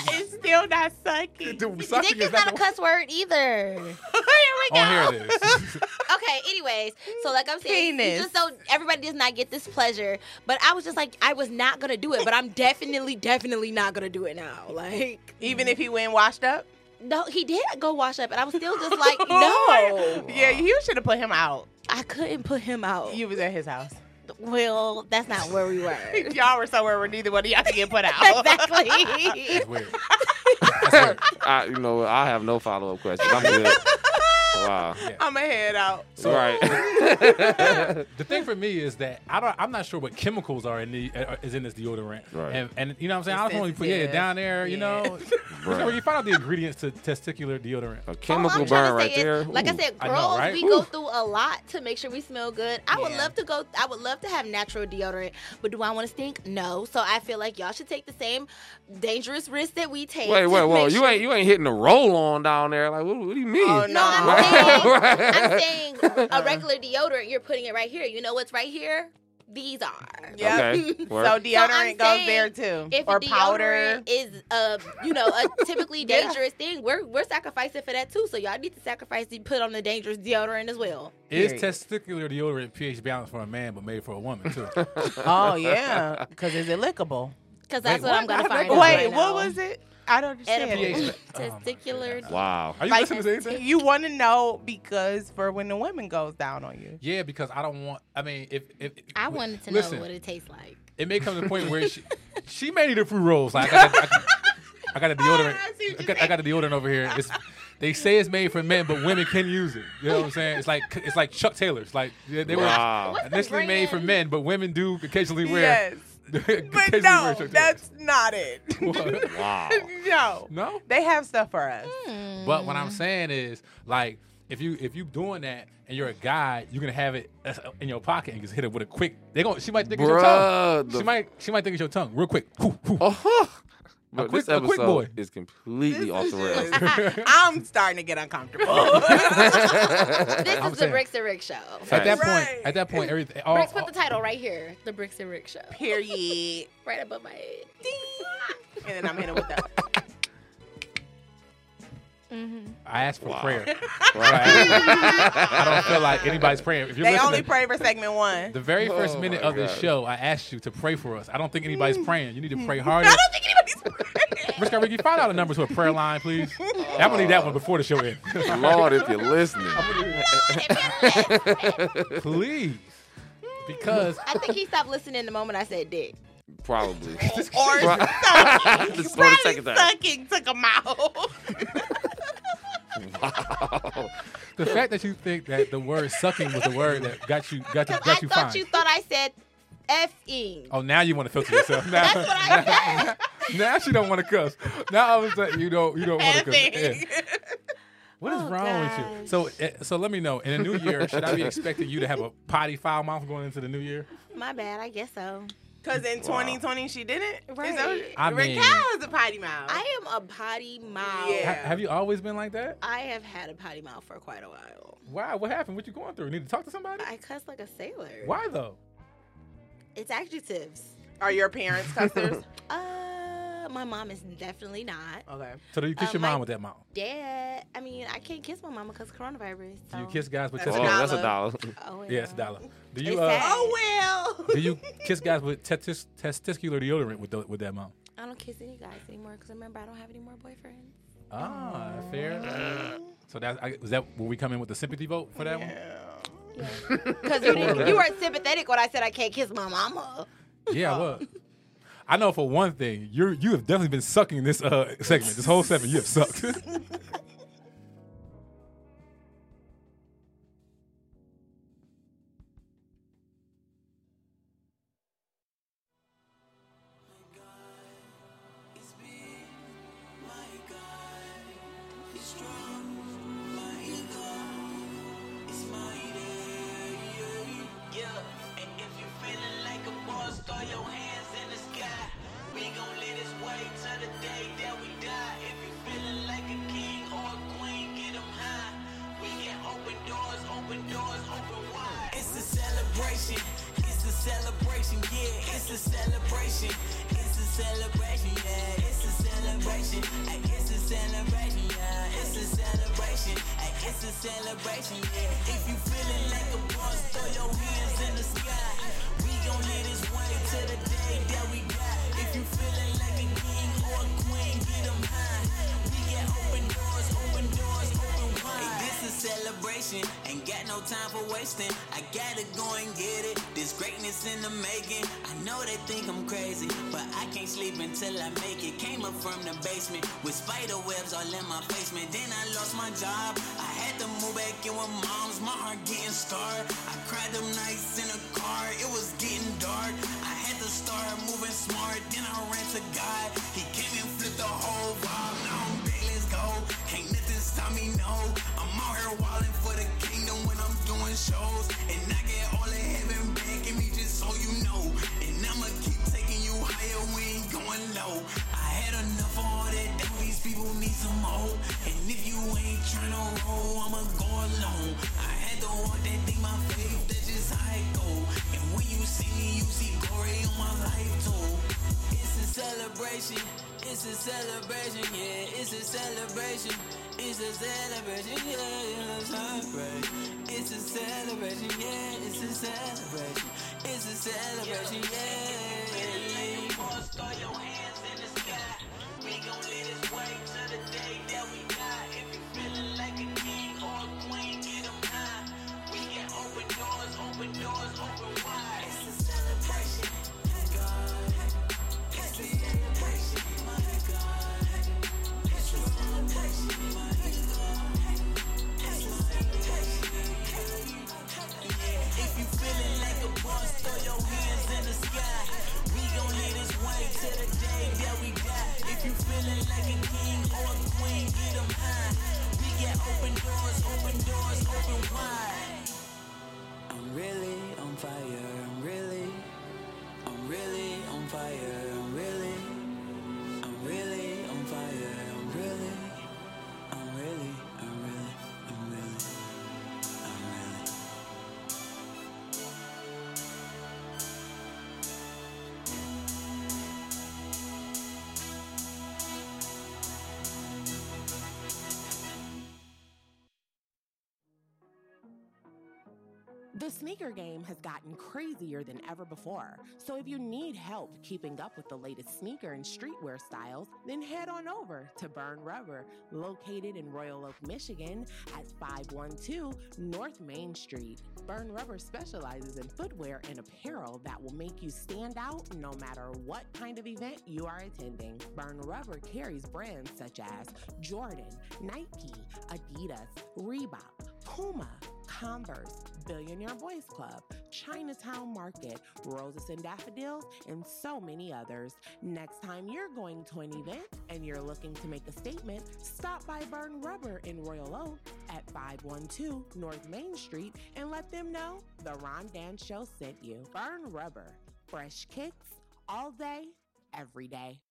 It's still not sucky. [LAUGHS] Dude, dick sucking is not a cuss word either. the Oh, here it is. Okay, anyways, so like I'm saying, Penis. it's just so everybody does not get this pleasure. But I was just like, I was not gonna do it, but I'm definitely, definitely not gonna do it now. Like, Even if he went washed up? no, he did go wash up, and I was still just [LAUGHS] like, no, Yeah, you should have put him out. I couldn't put him out. You was at his house. well, that's not where [LAUGHS] we were. Y'all were somewhere where neither one of y'all could get [LAUGHS] put out. exactly. It's weird. I, you know, what? I have no follow up questions. I'm [LAUGHS] good. Wow. I'ma head out. So [LAUGHS] right. the thing for me is that I don't. I'm not sure what chemicals are in the uh, is in this deodorant. Right. And, and you know what I'm saying. I It's don't want to put yeah sensitive. down there. You Yeah. know, Right. where you find out the ingredients to testicular deodorant. a All chemical Oh, I'm trying burn to right say there. is, like I Ooh. said, I know, girls, right? we go Oof. through a lot to make sure we smell good. I would Yeah. love to go. I would love to have natural deodorant, but do I want to stink? No. So I feel like y'all should take the same dangerous risk that we take. Wait, to wait, whoa! make You sure- ain't you ain't hitting the roll on down there. Like, what, what do you mean? Oh, [LAUGHS] No, Right. I'm saying, I'm saying [LAUGHS] a regular deodorant. You're putting it right here. You know what's right here? These are. Yep. Okay. So Word. deodorant I'm goes saying there too. If or deodorant powder. is uh you know a [LAUGHS] typically Yeah. dangerous thing, we're we're sacrificing for that too. So y'all need to sacrifice to put on the dangerous deodorant as well. Is Period. testicular deodorant pH balanced for a man but made for a woman too? [LAUGHS] Oh yeah. Cause is it lickable? Because that's Wait, what, I'm gonna find Wait, out. right now. what was it? I don't understand. Edible. Oh my Testicular. wow. Are you Like, listening to anything? you want to know because for when the women goes down on you. Yeah, because I don't want. I mean, if, if I w- wanted to listen, know what it tastes [LAUGHS] like. it may come to the point where she, she may need a fruit rolls. Like I got, I, I got a deodorant. [LAUGHS] I see what I you got, I got a deodorant over here. It's, they say it's made for men, but women can use it. You know what I'm saying? It's like it's like Chuck Taylor's. Like they, they Wow. were What's the initially made for brand? men, but women do occasionally Yes. wear. [LAUGHS] occasionally But wear no, Chuck Taylors. [LAUGHS] that's not it. [LAUGHS] What? Wow. no. no. They have stuff for us. Hmm. But what I'm saying is, like, if you if you doing that and you're a guy, you're gonna have it uh, in your pocket and just hit it with a quick. They gonna she might think it's your tongue. Bruh, She the- might she might think it's your tongue real quick. Whew, whew. Oh, A [LAUGHS] but quick- this a episode quick boy. is completely off the rails. [LAUGHS] I'm starting to get [LAUGHS] uncomfortable. This is [LAUGHS] the saying- Oh, Bricks and Rick Show. At that Right. point, at that point, everything. All, Bricks put all- the title right here. The Bricks and Rick Show. Period. Right above my head. [LAUGHS] And then I'm hitting with that. I asked for prayer. [LAUGHS] Right. I don't feel like anybody's praying. If you're They listening, only pray for segment one. the very first Oh minute my of this God. show, I asked you to pray for us. I don't think anybody's Mm. praying. You need to pray harder. I don't think anybody's [LAUGHS] praying. Rich Guy Ricky, find out a number to a prayer line, [LAUGHS] please. I'm gonna need that one before the show ends. Lord, if [LAUGHS] you're listening. please, because I think he stopped listening the moment I said dick. [LAUGHS] Probably. [LAUGHS] Or Right. sucking. This is for the Probably second time. sucking took them out. The fact that you think that the word sucking was the word that got you got you Because I got you thought fined. you thought I said effing. oh, now you want to filter yourself. Now, That's what I said. now she don't want to cuss. Now all of a sudden you don't you don't want to cuss. Yeah. Effing. What is Oh, wrong with you? So eh, so let me know. In the new year, should I be expecting you to have a potty foul mouth going into the new year? My bad. I guess so. Because in 2020, she didn't. Right. I I mean- Raquel is a potty mouth. I am a potty mouth. Ha- Yeah. have you always been like that? I have had a potty mouth for quite a while. Why? What happened? What you going through? Need to talk to somebody? I cuss like a sailor. Why though? It's adjectives. Are your [LAUGHS] parents cussers? Uh, my mom is definitely not. okay. So do you kiss Uh, your mom my- with that mouth? Dad, I mean, I can't kiss my mama because coronavirus. Do you so- kiss guys with That's Oh, testicles? not- that's a dollar. Oh, well. Yes, dollar. Do you It's uh, sad. Oh [LAUGHS] well. do you kiss guys with testis- testicular deodorant with tho- with that mouth? I don't kiss any guys anymore because remember I don't have any more [LAUGHS] boyfriends. Ah, fair. So that I, was that when we come in with the sympathy vote for that Because you, [LAUGHS] didn't- you weren't sympathetic when I said I can't kiss my mama. one? Yeah, I was. I know for one thing, you you have definitely been [LAUGHS] sucking this uh, segment, this whole segment. You have sucked. the day that we die. If you feeling like a king or a queen, get 'em high. We can open doors, open doors, open wide. It's a celebration. It's a celebration. Yeah, it's a celebration. It's a celebration. Yeah, it's a celebration. Ay, It's a celebration. Yeah, it's a celebration. Ay, It's a celebration. Yeah, if you feeling like a boss, throw your hands in the sky. We gon' live this way till the day that we die. If you feeling like a king or a queen, get 'em high. We got open doors, open doors, open wide. Hey, this a celebration, ain't got no time for wasting. I gotta go and get it. This greatness in the making. I know they think I'm crazy, but I can't sleep until I make it. Came up from the basement with spider webs all in my face, man. Then I lost my job. I had to move back in with moms. My heart getting scarred. I cried them nights in a car. It was getting dark. I had to start moving smart. Then I ran to God. He came and flipped the whole vibe. Now I'm big, let's go. Can't nothing stop me, no. I'm out here wildin' for the kingdom when I'm doing shows. And I get all of heaven back in me just so you know. And I'ma keep taking you higher. We ain't going low. I had enough of all that. Now these people need some more. And if you ain't tryna roll, I'ma go alone. I had to walk that thing my faith. That's just how it go. And when you see me, you see glory on my life too. It's a celebration. It's a celebration. Yeah, it's a celebration. It's a celebration. Yeah, yeah, it's a celebration. It's a celebration. Yeah, it's a celebration. It's a celebration. Yeah. Throw your hands in the sky. We gon' live this way till the day that we die. If you feeling like a king or a queen, get 'em high. We can open doors, open doors, open wide. It's a celebration. My God. It's a celebration. My God. It's a celebration. My God. It's a celebration. Yeah, If you feeling like a boss, throw your hands in the sky. We gon' live this way till the day that we die. If you feeling like a king or a queen, get 'em high. We got open doors, open doors, open wide. I'm really on fire. I'm really, I'm really on fire. I'm really, I'm really on fire. I'm really, I'm really, I'm really, I'm really, I'm really. The sneaker game has gotten crazier than ever before, so if you need help keeping up with the latest sneaker and streetwear styles, then head on over to Burn Rubber, located in Royal Oak, Michigan at 512 North Main Street. Burn Rubber specializes in footwear and apparel that will make you stand out no matter what kind of event you are attending. Burn Rubber carries brands such as Jordan, Nike, Adidas, Reebok, Puma, Converse, Billionaire Boys Club, Chinatown Market, Roses and Daffodils, and so many others. Next time you're going to an event and you're looking to make a statement, stop by Burn Rubber in Royal Oak at 512 North Main Street and let them know the Ron Dan Show sent you. Burn Rubber, fresh kicks all day, every day.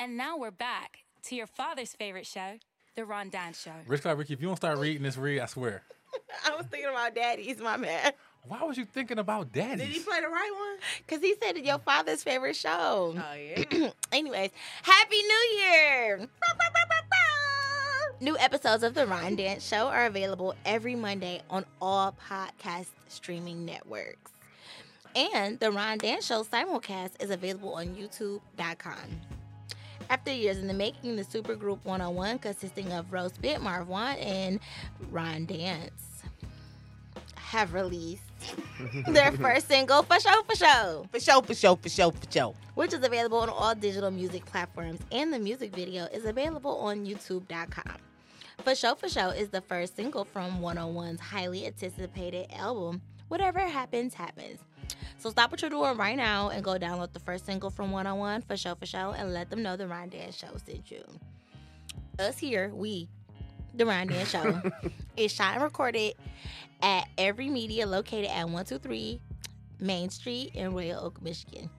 And now we're back to your father's favorite show, The Ron Dan Show. Rich Guy Ricky, if you don't start reading this read, I swear. I was thinking about daddy's, my man. Why was you thinking about daddy? play the right Because he said your father's favorite show. one? Oh yeah. [CLEARS THROAT] Anyways, Happy New Year! Bow, bow, bow, bow, bow. New episodes of The Ryan Dance Show are available every Monday on all podcast streaming networks. And The Ryan Dance Show simulcast is available on YouTube.com. After years in the making, the supergroup 101 consisting of Rose Bit, Marwan, and Ron Dance [LAUGHS] have released their first single, For Show, For Show For sure, for sure, for sure, for sure. which is available on all digital music platforms, and the music video is available on YouTube.com. For Show For Show is the first single from 101's highly anticipated album, Whatever Happens, Happens. So stop what you're doing right now and go download the first single from 101 for Show For Show and let them know the Ryan Dan Show sent you. Us here, we, the Ryan Dan Show, is shot and recorded at every media located at 123 Main Street in Royal Oak, Michigan.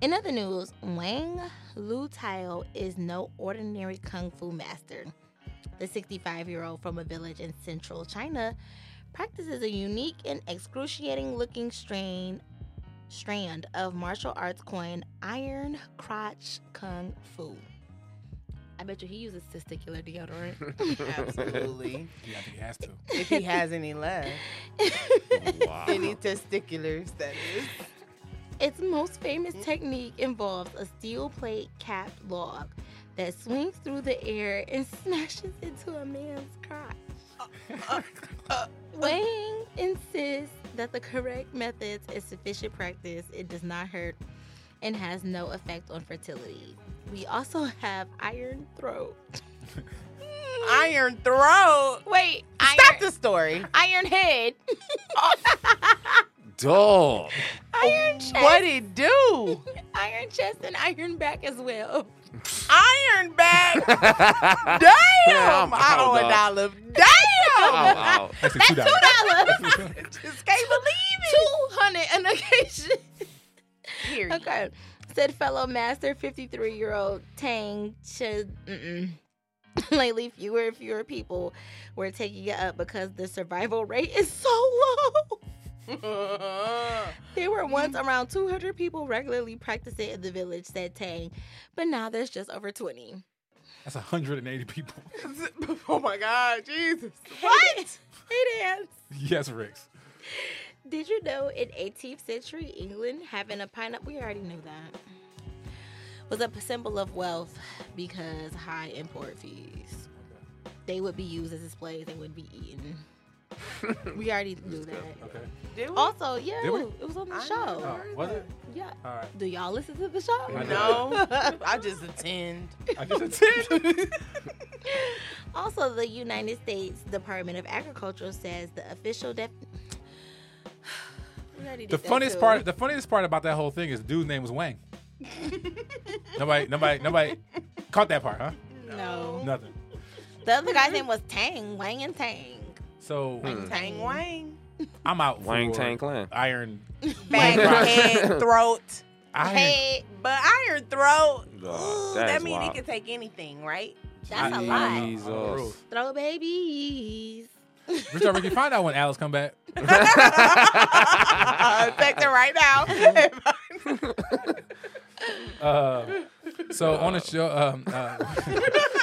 In other news, Wang Lu Tao is no ordinary kung fu master. The 65 year old from a village in central China practices a unique and excruciating looking strain, strand of martial arts coined Iron Crotch Kung Fu. I bet you he uses testicular [LAUGHS] [LAUGHS] deodorant. Absolutely. Yeah, I think he has to. if he has any left, Wow. [LAUGHS] any testiculars, that is. Its most famous technique involves a steel plate capped log that swings through the air and [LAUGHS] smashes into a man's crotch. Wang insists that the correct methods and sufficient practice, it does not hurt and has no effect on fertility. We also have iron throat. [LAUGHS] Iron throat. Wait, Stop the story. iron head, Dog. [LAUGHS] iron chest, What it do? iron chest, and iron back as [LAUGHS] well. Iron [LAUGHS] back. I'm Damn. I out, owe a dog. dollar. Damn. Oh, I'm out. That's a two dollars. Just can't believe Two hundred an occasion. it. Period. Okay. Said fellow master 53 year old Tang Ch. mm-mm. [LAUGHS] Lately, fewer and fewer people were taking it up because the survival rate is so [LAUGHS] low. There were once around 200 people regularly practicing in the village, said Tang, but now there's just over 20. That's 180 people. [LAUGHS] [LAUGHS] oh my God, Jesus. What? Hey, Dan. Yes, Ricks. Did you know in 18th century England, having a pineapple, we already knew that, was a symbol of wealth because high import fees. They would be used as displays, they would be [LAUGHS] eaten. we already knew that. Okay. Did we? Also, yeah, Did we? it was on the I show. Oh, was it? Yeah. All right. Do y'all listen to the show? I know. [LAUGHS] No, I just attend. I guess it's [LAUGHS] it. Also, the United States Department of Agriculture says the official def. [SIGHS] We already The did that funniest too. part. The funniest part about that whole thing is dude's name was [LAUGHS] Wang. nobody, nobody, nobody caught that part, huh? No. Nothing. The other guy's name was Tang, Wang and Tang. So Tang Wang. I'm out. Hmm. Wang for Tang Clan. Iron. Back, Wang. [LAUGHS] head, throat. Iron. Hey, But iron throat. Oh, ooh, that that is means it wild. can take anything, right? that's a Jeez. lot. Jesus. Gross. Throw babies. Rich Ricky, find out when Alice come back. Affect it [LAUGHS] right now. Uh, so on the show, um, uh,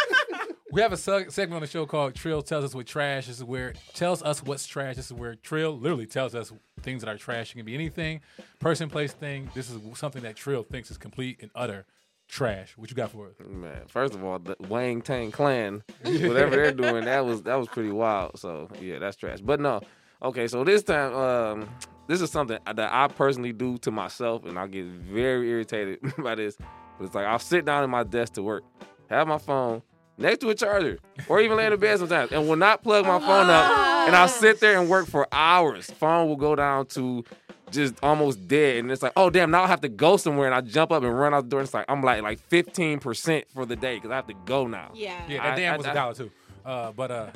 [LAUGHS] we have a seg- segment on the show called Trill Tells Us What Trash. This is where tells us what's trash. This is where Trill literally tells us things that are trash. It can be anything, person, place, thing. This is something that Trill thinks is complete and utter trash. What you got for us? Man, first of all, the Wang Tang Clan, whatever they're doing, that was that was pretty wild. So yeah, that's trash. But no, okay. So this time, um, this is something that I personally do to myself, and I get very irritated [LAUGHS] by this. But it's like I'll sit down at my desk to work, have my phone next to a charger, or even lay in the bed sometimes, and will not plug my phone up, and I'll sit there and work for hours. Phone will go down to just almost dead. And it's like, oh damn, now I have to go somewhere. And I jump up and run out the door. And it's like I'm like like 15% for the day because I have to go now. Yeah. Yeah, that I- damn I- was I- a dollar too. Uh, but uh,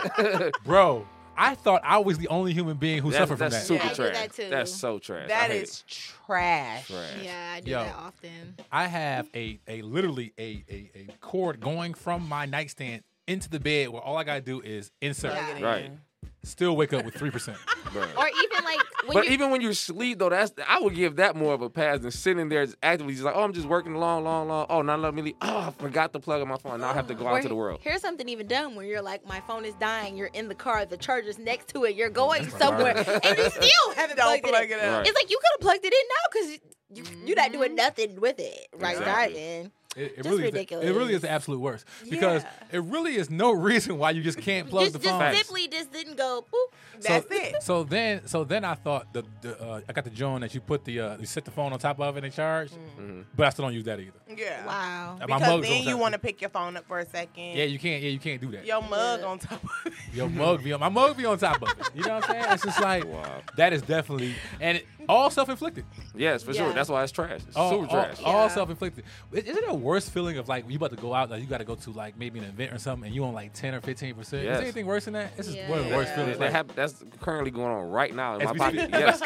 [LAUGHS] bro, I thought I was the only human being who That- suffered from that's that. super Yeah, I do trash. that too. That's so trash. that I hate is trash. it. trash. Yeah, I do Yo. that often. I have a a literally a, a a cord going from my nightstand into the bed where all I gotta do is insert. Yeah. Right. Still wake up with three [LAUGHS] percent. bruh. Or even [LAUGHS] like when but you even when you sleep though, that's I would give that more of a pass than sitting there just actively just like, oh, I'm just working long, long, long. Oh, now let me leave. Oh, I forgot to plug in my phone. Now I have to go Or out to the world. Here's something even dumb where you're like, my phone is dying. You're in the car, the charger's next to it. You're going somewhere, and [LAUGHS] you still haven't Don't plugged plug it in. it up. Right. It's like you could have plugged it in now because you, you're not doing nothing with it right now. Exactly. Then It, it Just really Is, it really ridiculous. is the absolute worst because it really is no reason why you just can't plug just, the just phone. Facts. simply just didn't go boop. So- That's it. So then, so then I thought the, the uh, I got the joint that you put the uh, you set the phone on top of it and charge, but I still don't use that either. Yeah. [LAUGHS] Wow. And my Mm-hmm. Because mug's then on you top. want to pick your phone up for a second. yeah, you can't, yeah, you can't do that. Your mug on top of it. [LAUGHS] Your mug be on my mug be on top of it. You know what I'm saying? It's just like Wow. that is definitely and it, all self inflicted. Yes, for sure. Yeah. That's why it's trash. It's all, super all- trash. All, self-inflicted. I- Isn't it a worse feeling of like you about to go out, like you got to go to like maybe an event or something, and you on like ten or fifteen percent? Is Yes. there anything worse than that? It's just one of the worst That- feelings. that Like, hap- that's currently going on right now in As my we speak. [LAUGHS] pocket. Yes,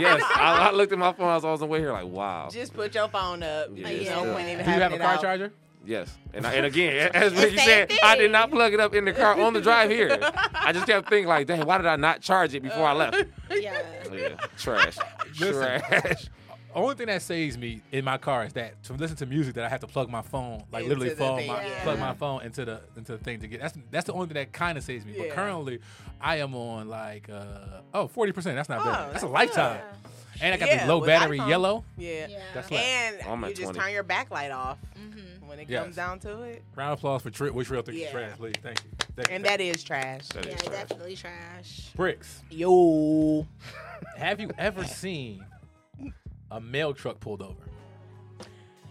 yes. I, I looked at my phone. I was on the way here, like, wow. Just put your phone up. Yeah, you it's know, still- when even Do you have having it a car out. charger? Yes, and, I, and [LAUGHS] again, as It's Ricky same said, I did not plug it up in the car on the drive here. I just kept thinking, like, dang, why did I not charge it before I Uh. left? Yeah. Yeah, trash, Listen. trash. Only thing that saves me in my car is that to listen to music that I have to plug my phone, like literally Into the fall thing, my, yeah. plug my phone into the into the thing to get. That's that's the only thing that kind of saves me. But Yeah. currently, I am on like uh, oh 40 percent. That's not bad. That's, a that's lifetime. And I got Yeah, the low with battery iPhone. yellow. Yeah. That's like and I'm at you just 20. turn your backlight off when it Yes. comes down to it. Round of applause for Tri- which real thing Yeah. is trash, please. Thank you. Thank you. And Thank that is trash. [LAUGHS] That is Yeah, trash. definitely trash. Bricks. Yo. Have you ever seen a mail truck pulled over?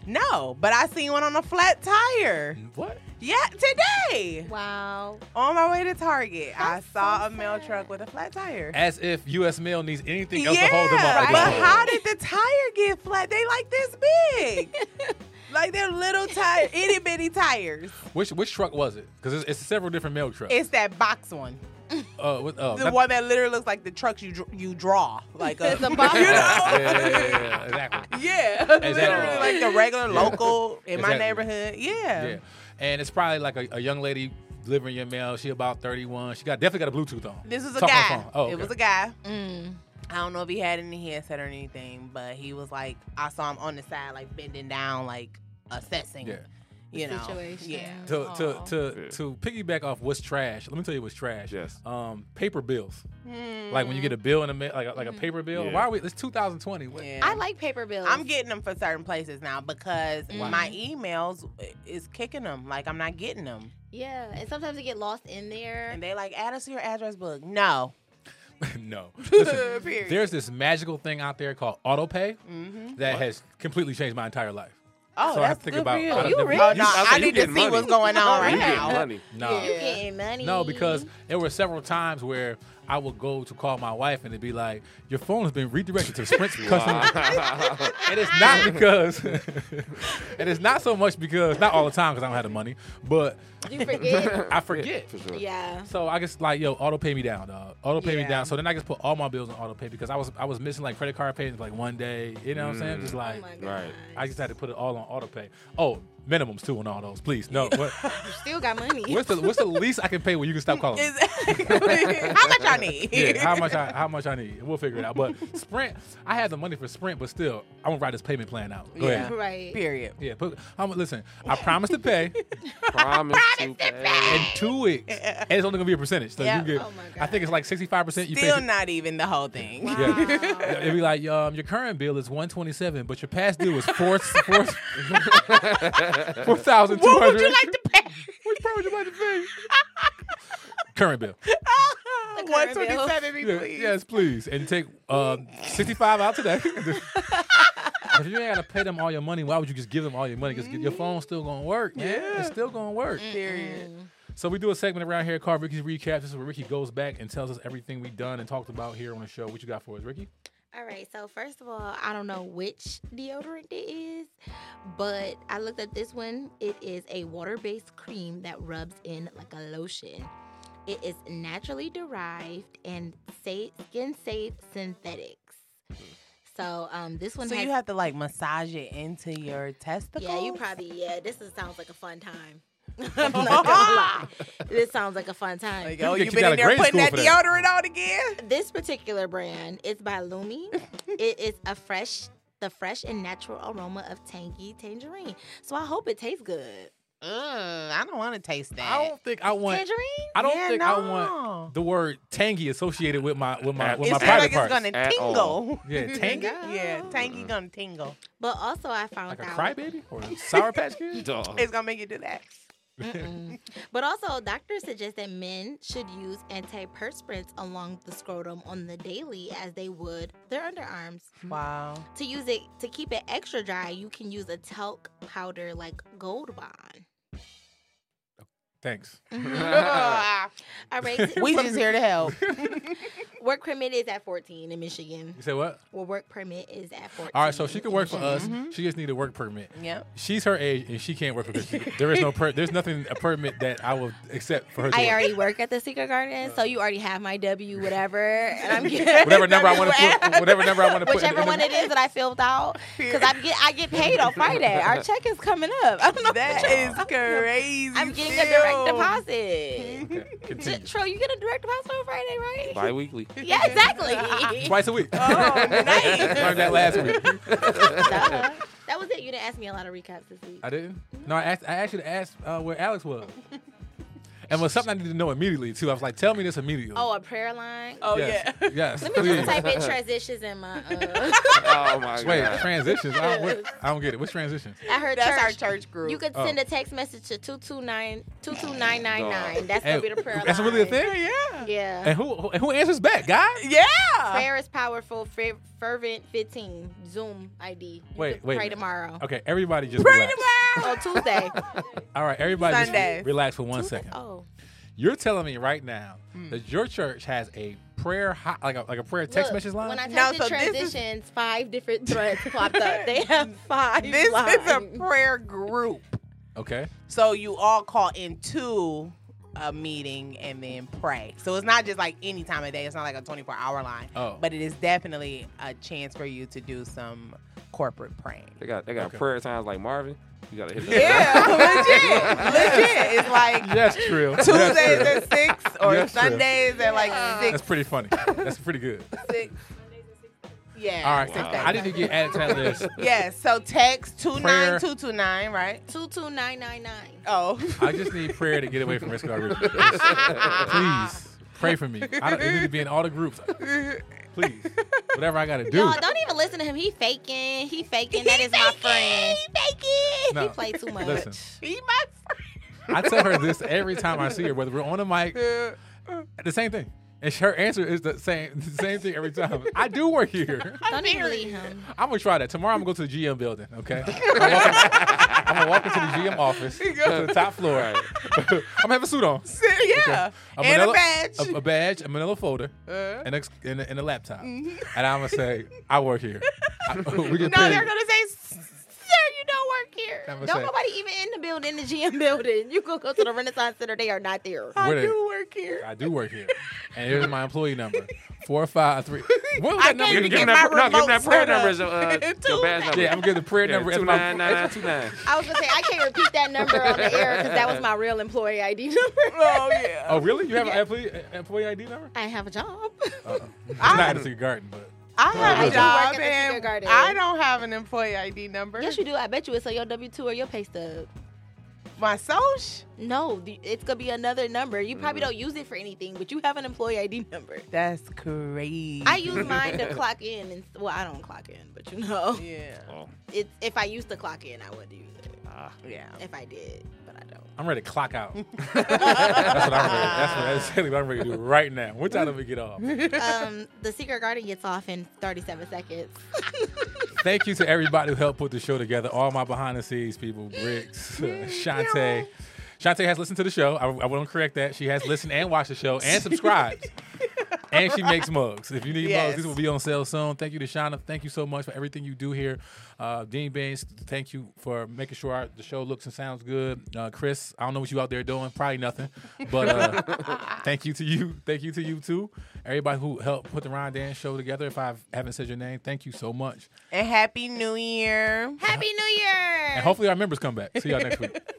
No, but I seen one on a flat tire. What? Yeah, today. Wow. On my way to Target, I saw a mail truck with a flat tire. As if U.S. mail needs anything else yeah, to hold them up. at this but point. how did the tire get flat? They like this big. [LAUGHS] like they're little tire, itty bitty tires. uh, Which which truck was it? Because it's, it's several different mail trucks. It's that box one. uh, with, uh, the not- one Oh, that literally looks like the trucks you dr- you draw, like a, It's a [LAUGHS] box. yeah, yeah, yeah, yeah, exactly. yeah, Exactly. literally like the regular Yeah. local in my Exactly. neighborhood. Yeah. Yeah, and it's probably like a, a young lady delivering your mail. She about thirty one. She got definitely got a Bluetooth on. this is a Talk on the guy. phone. Oh, It was a guy. I don't know if he had any headset or anything, but he was like, I saw him on the side, like bending down, like assessing. Yeah. You The know, situation. yeah. To to to, to piggyback off what's trash. Let me tell you what's trash. Yes. Um, paper bills. Hmm. Like when you get a bill in the mail, like a, like a paper bill. Yeah. Why are we? It's 2020. What- I like paper bills. I'm getting them for certain places now because Why? my emails is kicking them. Like I'm not getting them. Yeah, and sometimes it get lost in there. And they like add us to your address book. No. [LAUGHS] [LAUGHS] no. Listen, Period. there's this magical thing out there called autopay Mhm. that has completely changed my entire life. Oh, so I have that's to think good about. for you. I don't You think- rich. Oh, no, I need to see what's going on right You getting now. [LAUGHS] money. No. You getting money? No, because there were several times where I would go to call my wife and it'd be like, "Your phone has been redirected to Sprint customer." Wow. and it's not because, [LAUGHS] and it's not so much because not all the time because I don't have the money, but You [LAUGHS] forget. I forget. For sure. Yeah. So I just like yo auto pay me down, dog. Auto pay Yeah. me down. So then I just put all my bills on auto pay because I was I was missing like credit card payments like one day. You know what I'm saying? Mm. Just Oh like my gosh. Right. I just had to put it all on auto pay. Oh, minimums too on all those, please. [LAUGHS] No. What, You still got money. [LAUGHS] what's the what's the least I can pay where you can stop calling? me? how much I need? [LAUGHS] yeah, how much I how much I need. We'll figure it out. But Sprint, I had the money for Sprint, but still, I'm gonna write this payment plan out. Go ahead. [LAUGHS] Right. Period. Yeah, but I'm listen. I promise to pay Promise, to pay. [LAUGHS] in two [LAUGHS] weeks. And it's only gonna be a percentage. So Yeah. you get. Oh I think it's like 65 percent. You Still pay. not even the whole [LAUGHS] thing. Yeah. It'd be like um, your current bill is 127, but your past due is four four [LAUGHS] four thousand two hundred. What would you like to pay? Which part would you like to pay? Current bill. One twenty-seven, Yeah, please. Yes, please. And take um, 65 out [LAUGHS] today. if you ain't got to pay them all your money, why would you just give them all your money? Because your phone's still going to work, man. It's still going to work. Period. So we do a segment around here called Ricky's Recap. This is where Ricky goes back and tells us everything we done and talked about here on the show. What you got for us, Ricky? All right. So first of all, I don't know which deodorant it is, but I looked at this one. It is a water-based cream that rubs in like a lotion. It is naturally derived and sa- skin-safe synthetics. So um, this one So has you have to like massage it into your testicles. [LAUGHS] Yeah, you probably. Yeah, this is, sounds like a fun [LAUGHS] time. [LAUGHS] I'm not gonna lie. This sounds like a fun time. Like, oh, you been in there putting that deodorant on again? This particular brand is by Lumi. it is a fresh, the fresh and natural aroma of tangy tangerine. So I hope it tastes good. Mm, I don't want to taste that. I don't think I want. Tangerine? I don't Yeah, think I no. want the word tangy associated with my with my with It my sound private like it's parts. gonna tingle. Yeah, [LAUGHS] tangy. Yeah, tangy gonna tingle. But also, I found Like a out. crybaby or a sour patch [LAUGHS] kid? [LAUGHS] It's gonna make you do that. But also, doctors suggest that men should use antiperspirants along the scrotum on the daily as they would their underarms. Wow. To use it to keep it extra dry, you can use a talc powder like Gold Bond. Thanks. [LAUGHS] All right. [LAUGHS] we just here to [LAUGHS] help. [LAUGHS] Work permit is at 14 in Michigan. You say what? Well, work permit is at 14. All right, so she in can work for Michigan. us. She just need a work permit. Yep. She's her age and she can't work for this. There is no per- there's nothing a permit that I will accept for her. To I work. already work at the Secret Garden, so you already have my W, whatever, [LAUGHS] and I'm getting whatever number [LAUGHS] I want to put, whatever number I want to put. in the- whichever in the- one it is that I filled out, because I get I get paid on Friday. [LAUGHS] Our check is coming up. [LAUGHS] I don't know. [LAUGHS] That is crazy. I'm getting a Phil. direct [LAUGHS] deposit. Okay, continue. Tro, you get a direct deposit on Friday, right? Bi-weekly. [LAUGHS] Yeah, [LAUGHS] exactly. Twice a week. [LAUGHS] Oh, nice. Learned that last week. Duh. [LAUGHS] that was it. You didn't ask me a lot of recaps this week. I didn't. No, I asked. I asked you to ask uh, where Alex was, and was something I needed to know immediately too. I was like, "Tell me this immediately." Oh, a prayer line. Oh yes, [LAUGHS] yeah. [LAUGHS] yes. Let me please. [LAUGHS] just type in transitions in my. Uh, Oh my Wait, god. transitions. I don't, what- I don't get it. What's transitions? I heard That's our church. church group. You could Oh. send a text message to 229 22999. That's Hey, gonna be the prayer that's line. really a thing. yeah. Yeah. And who who- and who answers back, guy? Yeah. prayer is powerful. Fer- fervent 15 Zoom ID. You Wait, wait a could Pray minute. tomorrow. Okay, everybody just Pretty relax. Oh, [LAUGHS] Tuesday. All right, everybody Sundays. just relax for one Tuesday. second. Oh, You're telling me right now that your church has a prayer hot, like a like a prayer text Look, message line. When I typed No, in so this is- transitions, five [LAUGHS] different threads popped up. They have five. This is a lines. prayer group. okay. So you all call into a meeting and then pray. So it's not just like any time of day. It's not like a 24 hour line. Oh. But it is definitely a chance for you to do some corporate praying. [LAUGHS] They got they got Okay. prayer times like Marvin. You gotta hit that. Yeah, [LAUGHS] legit. Legit. It's like Yes, true. Tuesdays at six or Yes, true. Sundays at like That's six. pretty funny. That's pretty good. six. Yeah. All right, six Wow. I days. need to get added to that list. Yes. So text two Prayer. nine two two nine, right? 22999. [LAUGHS] Oh. I just need prayer to get away from risk Original. Please pray for me. I don't, it need to be in all the groups. Please, whatever I gotta do. Y'all Oh, don't even listen to him. He faking. He faking. that is my friend. He faking. No. He played too much. Listen. Be my I tell her this every time I see her, whether we're on a [LAUGHS] mic, friend. the same thing. And her answer is the same, the same thing every time. I do work here. Don't even believe him. I'm gonna try that tomorrow. I'm gonna go to the GM building. Okay, [LAUGHS] I'm gonna walk, in- I'm gonna walk into the GM office to the top floor. [LAUGHS] I'm gonna have a suit on, [LAUGHS] yeah. a and manila- a badge. Uh-huh. a, a badge, a manila folder, and, a, and, a, and a laptop, and I'm gonna say I work [LAUGHS] here. I- [LAUGHS] we get Mm-hmm. no, paid. they're gonna say Sir, you don't work here. I'ma Don't say- nobody even in the building, the GM [LAUGHS] building. You go go to the Renaissance Center. They are not there. I I Where they- do do work here. I do work here, and here's my employee [LAUGHS] number: four five three. What was I that number? can't Give, even give get him that, my no, give him remote that prayer set up. number as your, uh, [LAUGHS] your badge number. Yeah, I'm gonna give the prayer number. as two my- nine nine two nine. I was gonna say I can't repeat that number on the air because that was my real employee ID [LAUGHS] number. [LAUGHS] Oh yeah. Oh, really? You have an employee, employee ID number? I have a job. It's not at the Secret Garden, but I have I do a work job at the Secret and Garden. I don't have an employee ID number. yes, you do. I bet you it's on your W two or your pay stub. My social. No, the- it's gonna be another number. You probably don't use it for anything, but you have an employee ID number. That's crazy. I use mine to clock in, and well, I don't clock in, but you know, Yeah. Oh, it's, if I used to clock in, I would use it. ah. Yeah. If I did, but I [LAUGHS] don't. I'm ready to clock out. that's what I'm ready. That's what, that's exactly what I'm ready to do right now. What time do we get off? Um, the Secret Garden gets off in 37 seconds. Thank you to everybody who helped put the show together. All my behind the scenes people, Bricks, uh, Shantae. Shantae has listened to the show. I, I want to correct that. She has listened and watched the show and subscribes. and she makes mugs. If you need Yes. mugs, these will be on sale soon. Thank you to Shauna. Thank you so much for everything you do here. Uh, Dean Baines, thank you for making sure our, the show looks and sounds good. Uh, Chris, I don't know what you out there doing. Probably nothing. But uh, thank you to you. Thank you to you too. Everybody who helped put the Ron Dan show together. If I haven't said your name, thank you so much. And happy New Year. Happy New Year! And hopefully our members come back. See y'all next week.